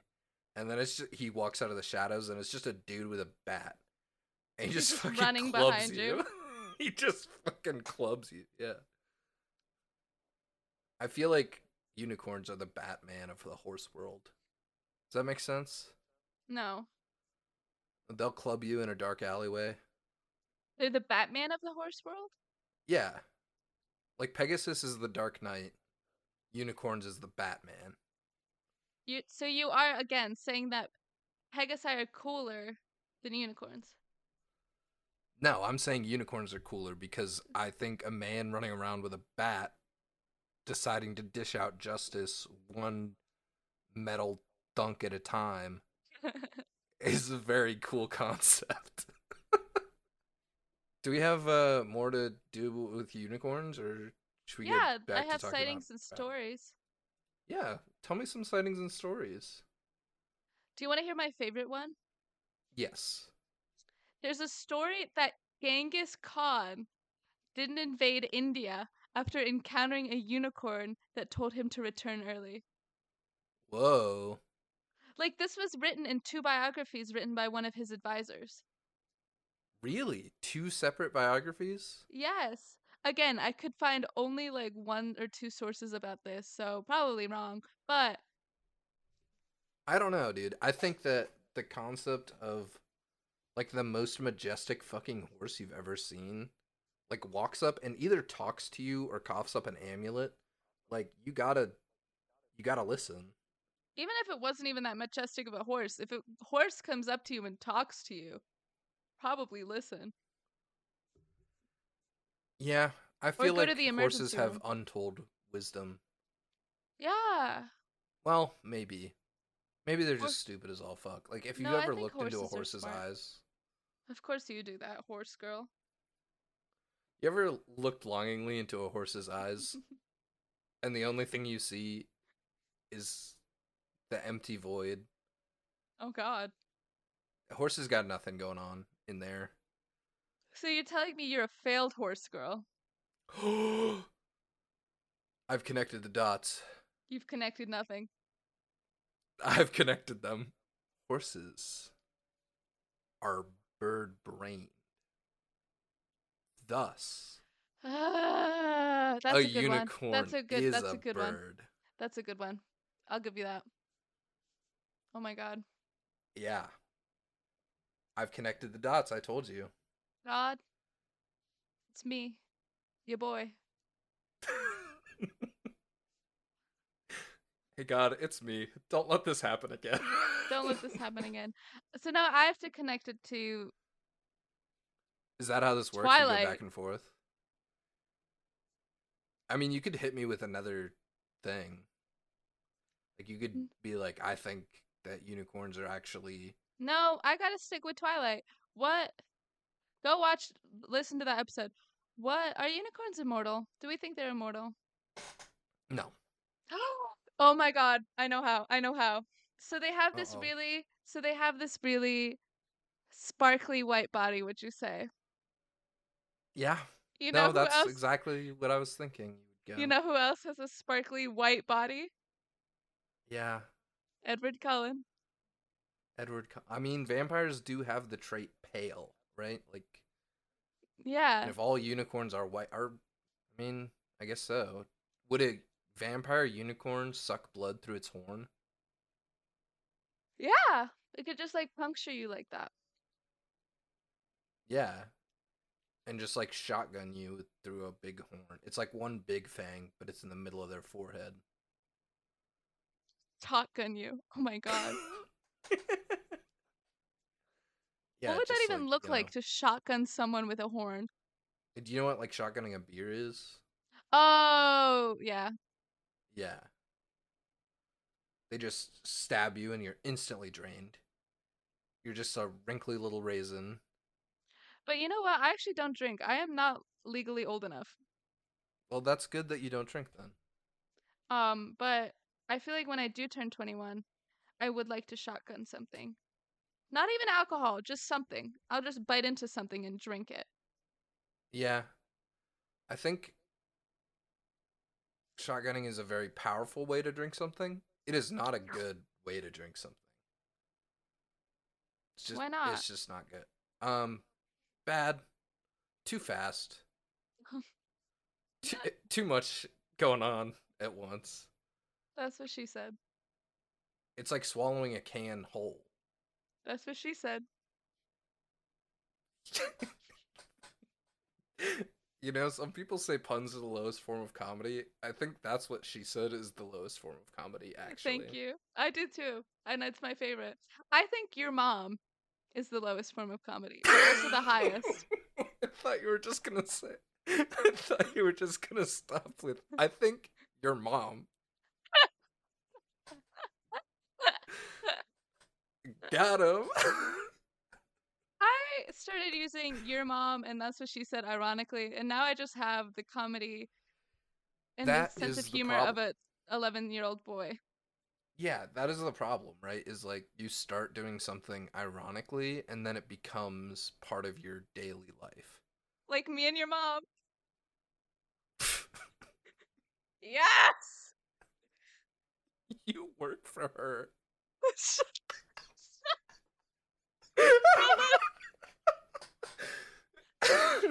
S1: And then it's just, he walks out of the shadows, and it's just a dude with a bat, and he
S2: He's
S1: just
S2: just
S1: fucking
S2: running
S1: clubs
S2: behind
S1: you.
S2: you.
S1: he just fucking clubs you. Yeah. I feel like unicorns are the Batman of the horse world. Does that make sense?
S2: No.
S1: They'll club you in a dark alleyway.
S2: They're the Batman of the horse world?
S1: Yeah. Like Pegasus is the Dark Knight. unicorns is the Batman.
S2: You so you are again saying that Pegasi are cooler than unicorns.
S1: No, I'm saying unicorns are cooler because I think a man running around with a bat deciding to dish out justice one metal dunk at a time is a very cool concept. do we have uh, more to do with unicorns or should we
S2: yeah,
S1: get back
S2: I
S1: to
S2: have
S1: talking about
S2: sightings and
S1: bat?
S2: stories.
S1: Yeah, tell me some sightings and stories.
S2: Do you want to hear my favorite one?
S1: Yes.
S2: There's a story that Genghis Khan didn't invade India after encountering a unicorn that told him to return early.
S1: Whoa.
S2: Like this was written in two biographies written by one of his advisors.
S1: Really? Two separate biographies?
S2: Yes. Again, I could find only like one or two sources about this, so probably wrong. But
S1: I don't know, dude. I think that the concept of like the most majestic fucking horse you've ever seen like walks up and either talks to you or coughs up an amulet, like you got to you got to listen.
S2: even if it wasn't even that majestic of a horse, if a horse comes up to you and talks to you, probably listen.
S1: Yeah, I feel
S2: go
S1: like
S2: to the
S1: horses
S2: emergency
S1: have
S2: room.
S1: untold wisdom.
S2: Yeah.
S1: Well, maybe. Maybe they're
S2: Horse-
S1: just stupid as all fuck. Like if you
S2: No, I
S1: ever
S2: think
S1: looked into a
S2: horses are
S1: horse's
S2: smart.
S1: eyes,
S2: Of course you do that, horse girl.
S1: you ever looked longingly into a horse's eyes and the only thing you see is the empty void.
S2: Oh god.
S1: A horse has got nothing going on in there.
S2: So you're telling me you're a failed horse girl.
S1: I've connected the dots.
S2: You've connected nothing.
S1: I've connected them. Horses are bird brain. Thus,
S2: Ah, that's a,
S1: a,
S2: good
S1: unicorn
S2: one. That's a good
S1: is
S2: that's
S1: a,
S2: a good one.
S1: bird.
S2: That's a good one. I'll give you that. Oh my god.
S1: Yeah. I've connected the dots. I told you.
S2: God. It's me. Your boy.
S1: hey God, it's me. Don't let this happen again.
S2: Don't let this happen again. So now I have to connect it to
S1: Is that how this works? You
S2: Twilight.
S1: go back and forth. I mean, you could hit me with another thing. Like you could
S2: Mm.
S1: be like, I think that unicorns are actually
S2: No, I gotta stick with Twilight. What go watch listen to that episode. What are unicorns immortal? Do we think they're immortal?
S1: no.
S2: oh my god i know how i know how so they have this
S1: Uh-oh.
S2: really so they have this really sparkly white body would you say
S1: Yeah.
S2: you
S1: no,
S2: know
S1: that's
S2: who else
S1: exactly what I was thinking. You, would go.
S2: you know who else has a sparkly white body
S1: Yeah.
S2: edward cullen
S1: Edward. Co- I mean, vampires do have the trait pale, right? Like,
S2: yeah
S1: and if all unicorns are white, are I mean, I guess so. Would a vampire unicorn suck blood through its horn?
S2: yeah it could just like puncture you like that
S1: Yeah. And just like shotgun you with- through a big horn. It's like one big fang, but it's in the middle of their forehead.
S2: shotgun you oh my god
S1: yeah,
S2: what would that
S1: just,
S2: even look
S1: you know-
S2: like to shotgun someone with a horn
S1: Do you know what like shotgunning a beer is?
S2: oh yeah
S1: Yeah. They just stab you and you're instantly drained. You're just a wrinkly little raisin.
S2: but you know what i actually don't drink i am not legally old enough
S1: Well, that's good that you don't drink then.
S2: Um, but I feel like when I do turn 21, I would like to shotgun something. Not even alcohol, just something. I'll just bite into something and drink it.
S1: Yeah. I think shotgunning is a very powerful way to drink something. It is not a good way to drink something. It's just,
S2: Why not?
S1: It's just not good. Um, bad. Too fast. too, too much going on at once.
S2: That's what she said.
S1: It's like swallowing a can whole.
S2: That's what she said.
S1: You know, some people say puns are the lowest form of comedy. I think that's what she said is the lowest form of comedy, actually.
S2: Thank you. I do too, and it's my favorite. I think your mom is the lowest form of comedy, but also the highest.
S1: I thought you were just gonna say. I thought you were just gonna stop with. I think your mom. Got him.
S2: I started using your mom, and that's what she said, ironically, and now I just have the comedy and
S1: That
S2: the
S1: is
S2: sense of
S1: the
S2: humor of a eleven-year-old boy.
S1: yeah, that is the problem, right? Is like you start doing something ironically, and then it becomes part of your daily life.
S2: like me and your mom. Yes.
S1: you work for her. Oh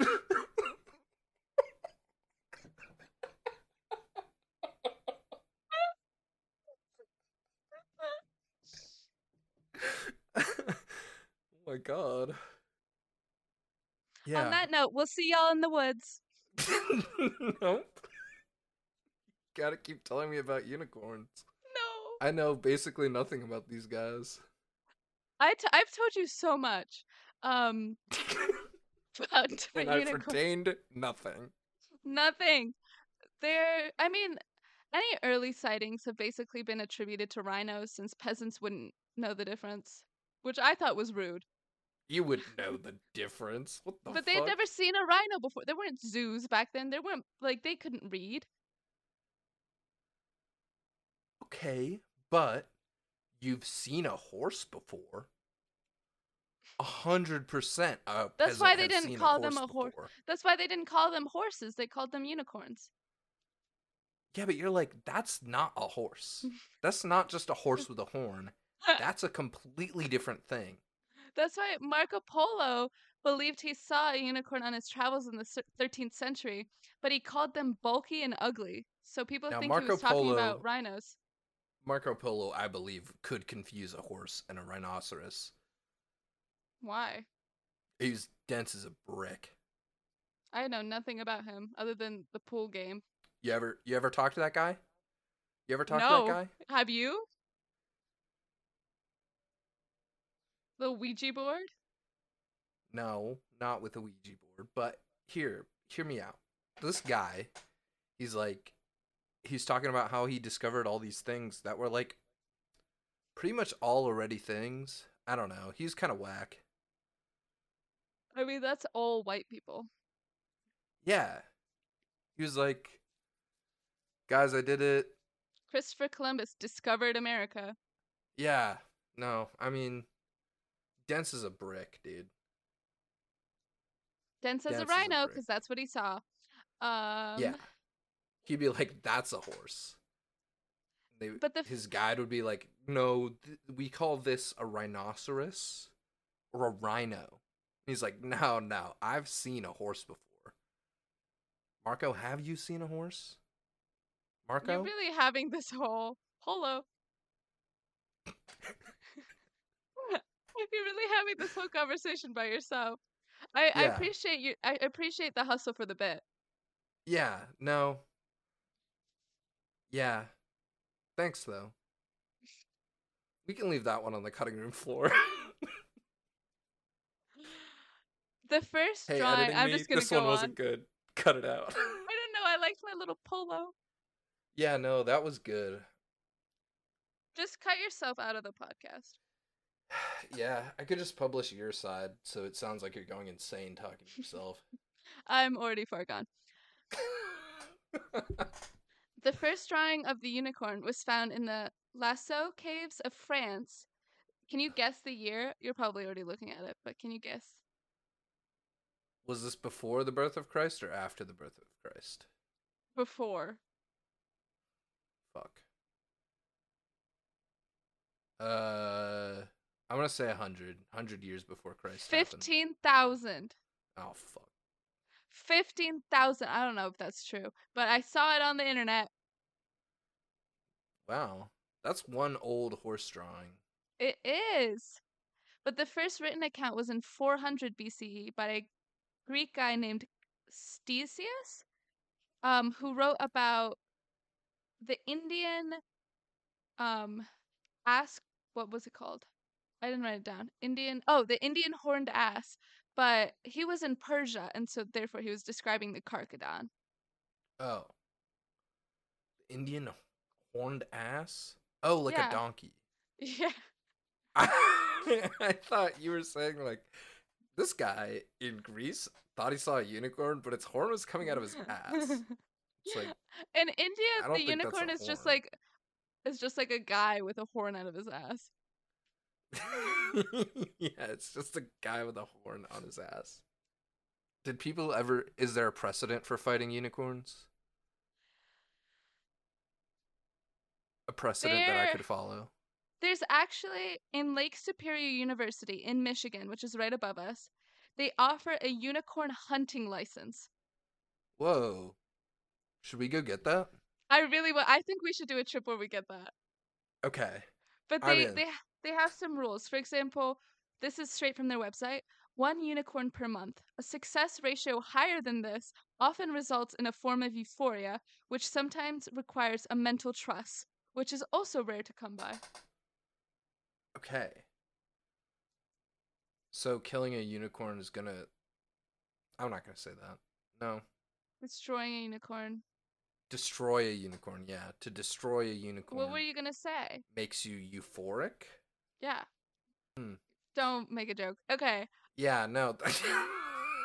S1: my god. Yeah.
S2: On that note, we'll see y'all in the woods.
S1: nope. Gotta keep telling me about unicorns.
S2: No.
S1: I know basically nothing about these guys.
S2: I t- I've told you so much. Um about
S1: and
S2: different
S1: I
S2: unicorns.
S1: pertained nothing.
S2: Nothing. There I mean, any early sightings have basically been attributed to rhinos since peasants wouldn't know the difference, which I thought was rude.
S1: You would know the difference. What the
S2: but
S1: fuck?
S2: they'd never seen a rhino before. There weren't zoos back then. There weren't like they couldn't read.
S1: Okay, but you've seen a horse before. A hundred percent. a
S2: That's why
S1: peasant
S2: they
S1: has
S2: didn't
S1: seen
S2: call them
S1: horse
S2: a hor-
S1: before.
S2: That's why they didn't call them horses. They called them unicorns.
S1: Yeah, but you're like, that's not a horse. That's not just a horse with a horn. That's a completely different thing.
S2: That's why Marco Polo believed he saw a unicorn on his travels in the cer- 13th century, but he called them bulky and ugly. So people
S1: Now,
S2: think he
S1: Marco
S2: was talking
S1: Polo-
S2: about rhinos.
S1: Marco Polo, I believe, could confuse a horse and a rhinoceros.
S2: Why?
S1: He was dense as a brick.
S2: I know nothing about him other than the pool game.
S1: You ever you ever talk to that guy? You ever talk
S2: No.
S1: to that guy?
S2: Have you? The Ouija board?
S1: No, not with a Ouija board. But here, hear me out. This guy, he's like, he's talking about how he discovered all these things that were like pretty much all already things. I don't know. He's kind of whack.
S2: I mean, that's all white people.
S1: Yeah. He was like, guys, I did it.
S2: Christopher Columbus discovered America.
S1: Yeah. No, I mean, dense as a brick, dude.
S2: Dense as
S1: Dense
S2: a
S1: as a
S2: rhino
S1: brick.
S2: because that's what he saw. Um,
S1: yeah. He'd be like, that's a horse. They,
S2: But the
S1: his guide would be like, "No, th- we call this a rhinoceros or a rhino." And he's like, "No, no, I've seen a horse before." Marco, have you seen a horse? Marco,
S2: You're really having this whole hello. You're really having this whole conversation by yourself. I, I
S1: Yeah.
S2: appreciate you. I appreciate the hustle for the bit.
S1: yeah, no, yeah, thanks though. We can leave that one on the cutting room floor.
S2: The first
S1: hey,
S2: drawing.
S1: editing
S2: I'm
S1: me,
S2: just gonna
S1: this
S2: go
S1: one
S2: on.
S1: wasn't good. Cut it out.
S2: I don't know. I liked my little polo.
S1: yeah, no, that was good.
S2: Just cut yourself out of the podcast.
S1: Yeah, I could just publish your side so it sounds like you're going insane talking to yourself.
S2: I'm already far gone. The first drawing of the unicorn was found in the Lasso caves of France. Can you guess the year? You're probably already looking at it, but can you guess?
S1: Was this before the birth of Christ or after the birth of Christ?
S2: Before.
S1: Fuck. Uh, I'm gonna say 100. 100 years before Christ. happened.
S2: 15,000.
S1: Oh, fuck.
S2: 15,000. I don't know if that's true, but I saw it on the internet.
S1: Wow. That's one old horse drawing.
S2: It is. But the first written account was in 400 BCE by a E Greek guy named Stesius, um, who wrote about the Indian. Um, ask what was it called? I didn't write it down. Indian. Oh, the Indian horned ass. But he was in Persia, and so therefore he was describing the Carcadon.
S1: Oh. Indian horned ass? Oh, like
S2: Yeah.
S1: a donkey.
S2: Yeah.
S1: I thought you were saying like this guy in Greece thought he saw a unicorn, but its horn was coming out of his ass. It's like
S2: in India,
S1: I don't think
S2: the
S1: that's a
S2: unicorn is just
S1: horn.
S2: like is just like a guy with a horn out of his ass.
S1: yeah, it's just a guy with a horn on his ass. Did people ever? Is there a precedent for fighting unicorns? A precedent that I
S2: There-
S1: could follow.
S2: There's actually in Lake Superior University in Michigan, which is right above us, they offer a unicorn hunting license.
S1: Whoa, should we go get that?
S2: I really wa- I think we should do a trip where we get that.
S1: Okay.
S2: But
S1: I'm
S2: they
S1: in.
S2: they ha- they have some rules. For example, this is straight from their website. One unicorn per month. A success ratio higher than this often results in a form of euphoria, which sometimes requires a mental truss, which is also rare to come by.
S1: Okay. So killing a unicorn is gonna. I'm not gonna say that. No.
S2: Destroying a unicorn.
S1: Destroy a unicorn. Yeah. To destroy a unicorn
S2: What were you gonna say?
S1: makes you euphoric.
S2: Yeah.
S1: Hmm.
S2: Don't make a joke. Okay.
S1: Yeah. No.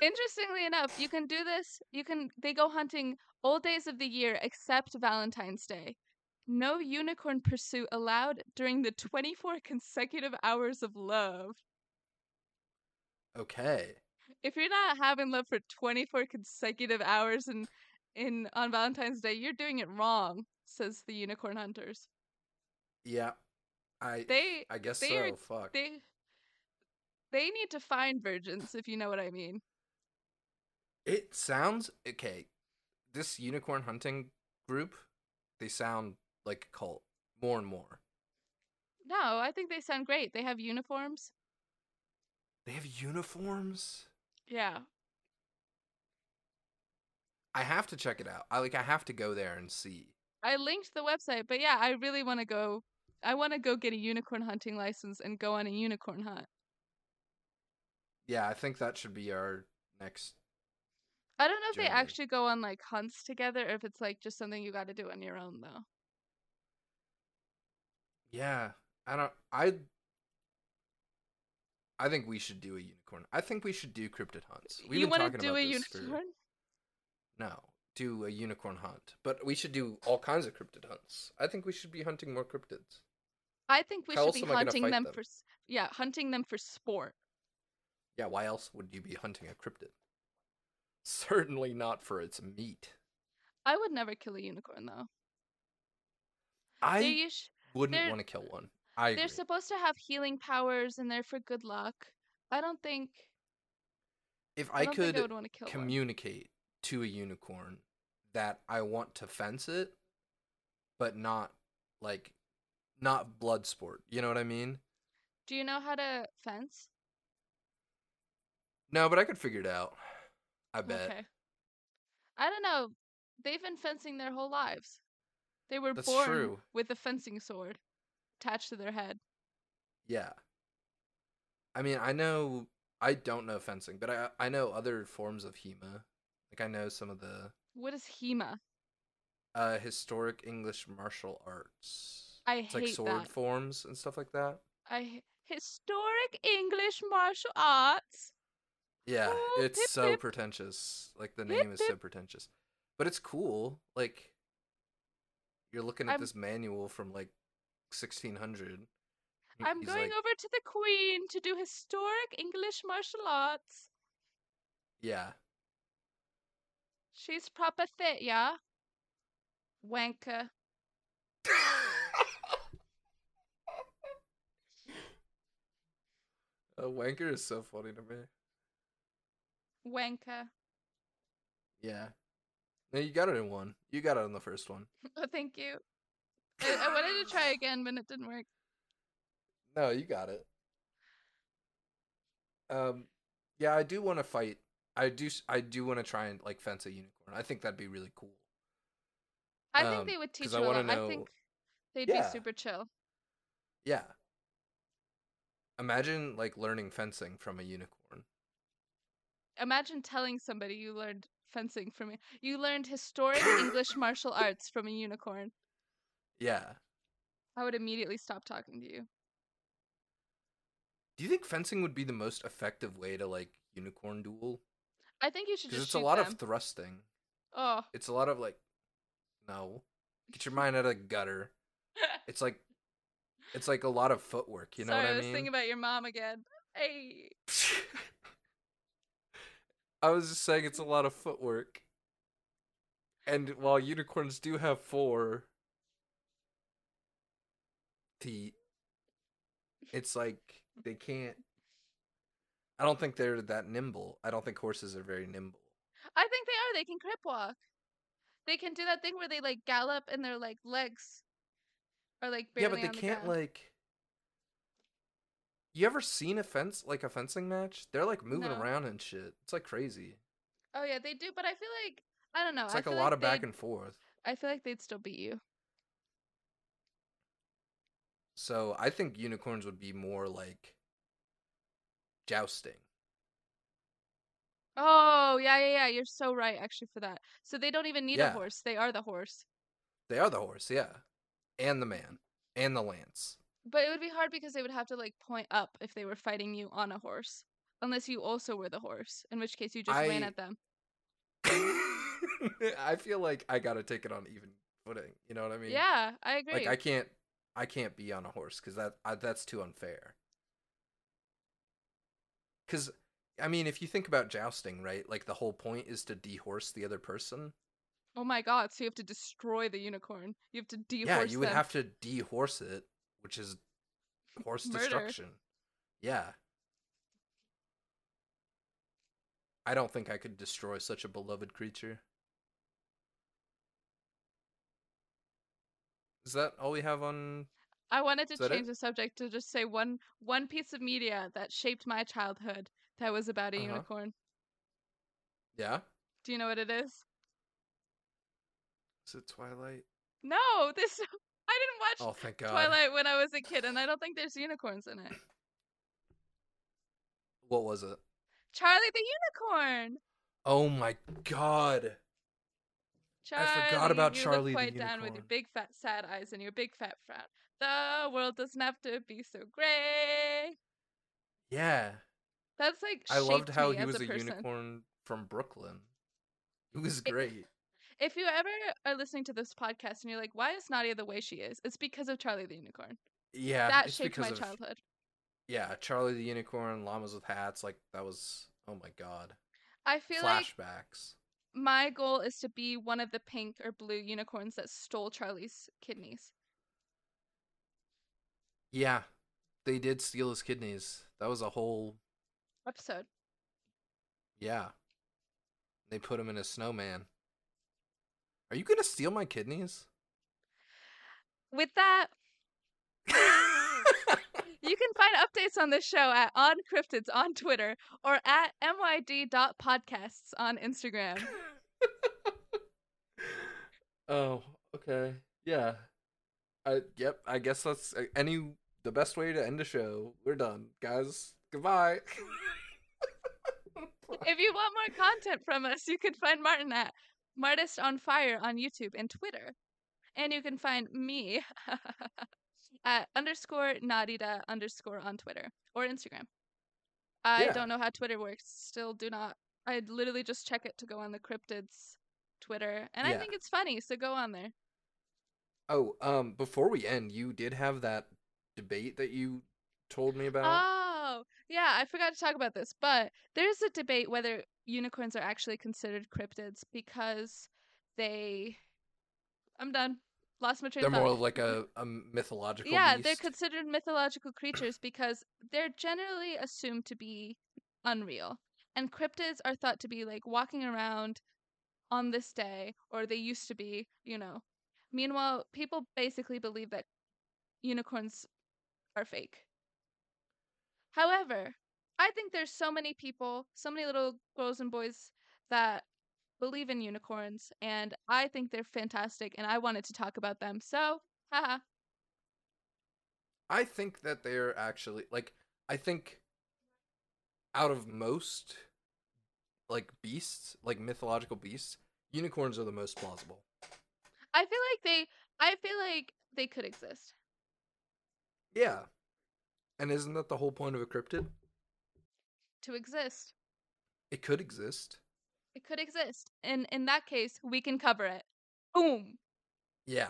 S2: Interestingly enough, you can do this. You can they go hunting all days of the year except Valentine's Day. No unicorn pursuit allowed during the 24 consecutive hours of love.
S1: okay.
S2: If you're not having love for 24 consecutive hours in in on Valentine's Day, you're doing it wrong, says the unicorn hunters.
S1: Yeah. I.
S2: They
S1: I guess
S2: they are-
S1: so. Fuck.
S2: they they need to find virgins if you know what I mean.
S1: It sounds okay. This unicorn hunting group, they sound like a cult more and more.
S2: No, I think they sound great. They have uniforms.
S1: They have uniforms.
S2: Yeah.
S1: I have to check it out. I like. I have to go there and see.
S2: I linked the website, but yeah, I really want to go. I want to go get a unicorn hunting license and go on a unicorn hunt.
S1: Yeah, I think that should be our next.
S2: I don't know if they
S1: Journey.
S2: actually go on like hunts together or if it's like just something you got to do on your own though.
S1: Yeah, I don't. I. I think we should do a unicorn. I think we should do cryptid hunts. We've
S2: you
S1: been
S2: want
S1: talking
S2: to do
S1: about
S2: a
S1: this for-
S2: unicorn?
S1: no, do a unicorn hunt. But we should do all kinds of cryptid hunts. I think we should be hunting more cryptids.
S2: I think we
S1: How
S2: should
S1: else
S2: be
S1: am I gonna
S2: hunting
S1: fight
S2: them,
S1: them?
S2: for s- yeah, hunting them for sport.
S1: Yeah, why else would you be hunting a cryptid? Certainly not for its meat.
S2: I would never kill a unicorn though.
S1: I
S2: they're usu-
S1: wouldn't
S2: they're-
S1: want to kill one. I agree.
S2: they're supposed to have healing powers and they're for good luck. I don't think
S1: if
S2: I,
S1: I
S2: don't
S1: could
S2: think I would want to kill one.
S1: communicate to a unicorn that I want to fence it, but not like not blood sport. You know what I mean?
S2: Do you know how to fence?
S1: No, but I could figure it out. I bet.
S2: Okay. I don't know. They've been fencing their whole lives. They were
S1: That's
S2: born
S1: true.
S2: with a fencing sword attached to their head.
S1: Yeah. I mean, I know I don't know fencing, but I I know other forms of Hema. Like I know some of the
S2: What is Hema?
S1: uh historic English martial arts.
S2: I
S1: It's
S2: hate
S1: like sword
S2: that.
S1: forms and stuff like that.
S2: I h- historic English martial arts.
S1: Yeah,
S2: Oh,
S1: it's
S2: pip,
S1: so
S2: pip.
S1: pretentious. Like the
S2: Pip,
S1: name is so
S2: pip.
S1: pretentious, but it's cool. Like you're looking at
S2: I'm-
S1: this manual from like 1600. and
S2: I'm
S1: he's
S2: going
S1: like,
S2: over to the Queen to do historic English martial arts.
S1: Yeah,
S2: She's proper fit, yeah. Wanker.
S1: a wanker is so funny to me.
S2: Wanker.
S1: Yeah, no, you got it in one. You got it on the first one.
S2: Oh, thank you. I, I wanted to try again, but it didn't work.
S1: No, you got it. Um, yeah, I do want to fight I do s- I do want to try and like fence a unicorn. I think that'd be really cool.
S2: I
S1: Um,
S2: think they would
S1: 'cause
S2: teach
S1: I
S2: you a
S1: wanna
S2: lot. I think they'd
S1: Yeah.
S2: be super chill.
S1: Yeah. Imagine like learning fencing from a unicorn.
S2: Imagine telling somebody you learned fencing from a- you learned historic English martial arts from a unicorn.
S1: Yeah.
S2: I would immediately stop talking to you.
S1: Do you think fencing would be the most effective way to like unicorn duel?
S2: I think you should
S1: Because
S2: just
S1: it's a
S2: shoot
S1: lot
S2: them.
S1: of thrusting.
S2: oh,
S1: It's a lot of like, no, get your mind out of the gutter. It's like, it's like a lot of footwork. You know
S2: sorry,
S1: what I,
S2: I was
S1: mean?
S2: thinking about your mom again. Hey,
S1: I was just saying it's a lot of footwork. And while unicorns do have four feet, it's like they can't. I don't think they're that nimble. I don't think horses are very nimble.
S2: I think they are. They can crip walk. They can do that thing where they like gallop and their like legs are like barely
S1: yeah, but they
S2: on the
S1: can't
S2: ground.
S1: like. You ever seen a fence like a fencing match? They're like moving
S2: No.
S1: around and shit. It's like crazy.
S2: Oh yeah, they do. But I feel like I don't know.
S1: It's
S2: Oh, I
S1: like a
S2: feel
S1: lot of back
S2: they'd-
S1: and forth.
S2: I feel like they'd still beat you.
S1: So I think unicorns would be more like jousting.
S2: Oh yeah, yeah, yeah. You're so right actually for that. So they don't even need a
S1: Yeah.
S2: horse. They are the horse.
S1: They are the horse, yeah. And the man. And the lance.
S2: But it would be hard because they would have to like point up if they were fighting you on a horse, unless you also were the horse, in which case you just ran
S1: I-
S2: at them.
S1: I feel like I gotta take it on even footing. You know what I mean?
S2: yeah, I agree.
S1: Like I can't I can't be on a horse because that I, that's too unfair. Cause I mean, if you think about jousting, right? Like the whole point is to dehorse the other person.
S2: Oh my god, so you have to destroy the unicorn. You have to dehorse
S1: yeah, you would
S2: them.
S1: have to dehorse it, which is horse
S2: Murder.
S1: destruction. Yeah. I don't think I could destroy such a beloved creature. Is that all we have on?
S2: I wanted
S1: Is
S2: to
S1: that it?
S2: change the subject to just say one one piece of media that shaped my childhood that was about a
S1: Uh-huh.
S2: unicorn.
S1: Yeah.
S2: Do you know what it is?
S1: Is it Twilight?
S2: No, this I didn't
S1: Oh,
S2: watch
S1: thank God.
S2: Twilight when I was a kid and I don't think there's unicorns in it.
S1: What was it?
S2: Charlie the unicorn.
S1: Oh my God.
S2: Charlie,
S1: I forgot about
S2: you
S1: Charlie the
S2: look quite down with your
S1: Unicorn.
S2: big fat sad eyes and your big fat frown. The world doesn't have to be so gray.
S1: Yeah.
S2: That's like
S1: I loved
S2: shaped
S1: how
S2: me
S1: he
S2: as
S1: was
S2: a,
S1: a,
S2: person.
S1: unicorn from Brooklyn. It was great.
S2: If you ever are listening to this podcast and you're like, why is Nadia the way she is? It's because of Charlie the Unicorn.
S1: Yeah.
S2: that
S1: it's
S2: shaped my
S1: because of-
S2: childhood.
S1: yeah, Charlie the Unicorn, llamas with hats, like that was oh my god,
S2: I feel like
S1: flashbacks.
S2: my goal is to be one of the pink or blue unicorns that stole Charlie's kidneys.
S1: Yeah, they did steal his kidneys. That was a whole
S2: Episode.
S1: yeah. They put him in a snowman. Are you gonna steal my kidneys?
S2: With that, you can find updates on this show at On Cryptids on Twitter or at myd.podcasts on Instagram.
S1: oh, okay, yeah. I yep. I guess that's uh, any the best way to end a show. We're done, guys. Goodbye.
S2: if you want more content from us, you can find Martin at Martist on Fire on YouTube and Twitter. And you can find me at underscore Nadida underscore on Twitter or Instagram. I
S1: Yeah.
S2: don't know how Twitter works. Still do not. I literally just check it to go on the cryptids Twitter. And I
S1: Yeah.
S2: think it's funny, so go on there.
S1: Oh, um, before we end, you did have that debate that you told me about.
S2: Oh, yeah, I forgot to talk about this, but there's a debate whether unicorns are actually considered cryptids because they. I'm done. Lost my train
S1: They're
S2: of thought.
S1: more of like a, a mythological
S2: yeah,
S1: beast.
S2: they're considered mythological creatures because they're generally assumed to be unreal. And cryptids are thought to be like walking around on this day, or they used to be, you know. Meanwhile, people basically believe that unicorns are fake. However, I think there's so many people, so many little girls and boys that believe in unicorns, and I think they're fantastic, and I wanted to talk about them. So, haha.
S1: I think that they're actually like I think out of most like beasts, like mythological beasts, unicorns are the most plausible.
S2: I feel like they, I feel like they could exist.
S1: Yeah. And isn't that the whole point of a cryptid?
S2: To exist,
S1: It could exist.
S2: it could exist, and in that case, we can cover it. Boom.
S1: Yeah.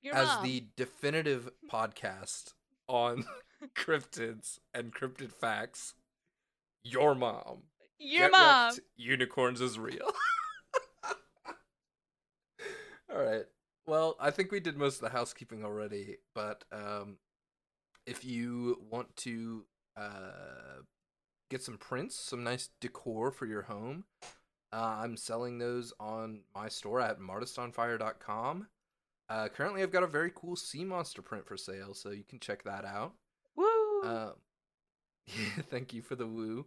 S2: Your
S1: As
S2: mom.
S1: the definitive podcast on cryptids and cryptid facts, your mom.
S2: Your
S1: Get
S2: mom.
S1: wrecked, unicorns is real. All right. Well, I think we did most of the housekeeping already, but um, if you want to uh, get some prints, some nice decor for your home, uh, I'm selling those on my store at martistonfire.com. Uh, currently, I've got a very cool sea monster print for sale, so you can check that out.
S2: Woo.
S1: Um, thank you for the woo.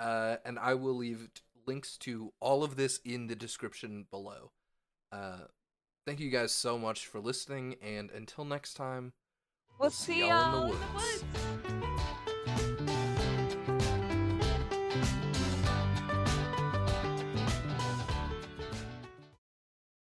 S1: Uh, and I will leave t- links to all of this in the description below. Uh, thank you guys so much for listening, and until next time,
S2: we'll see y'all in the woods.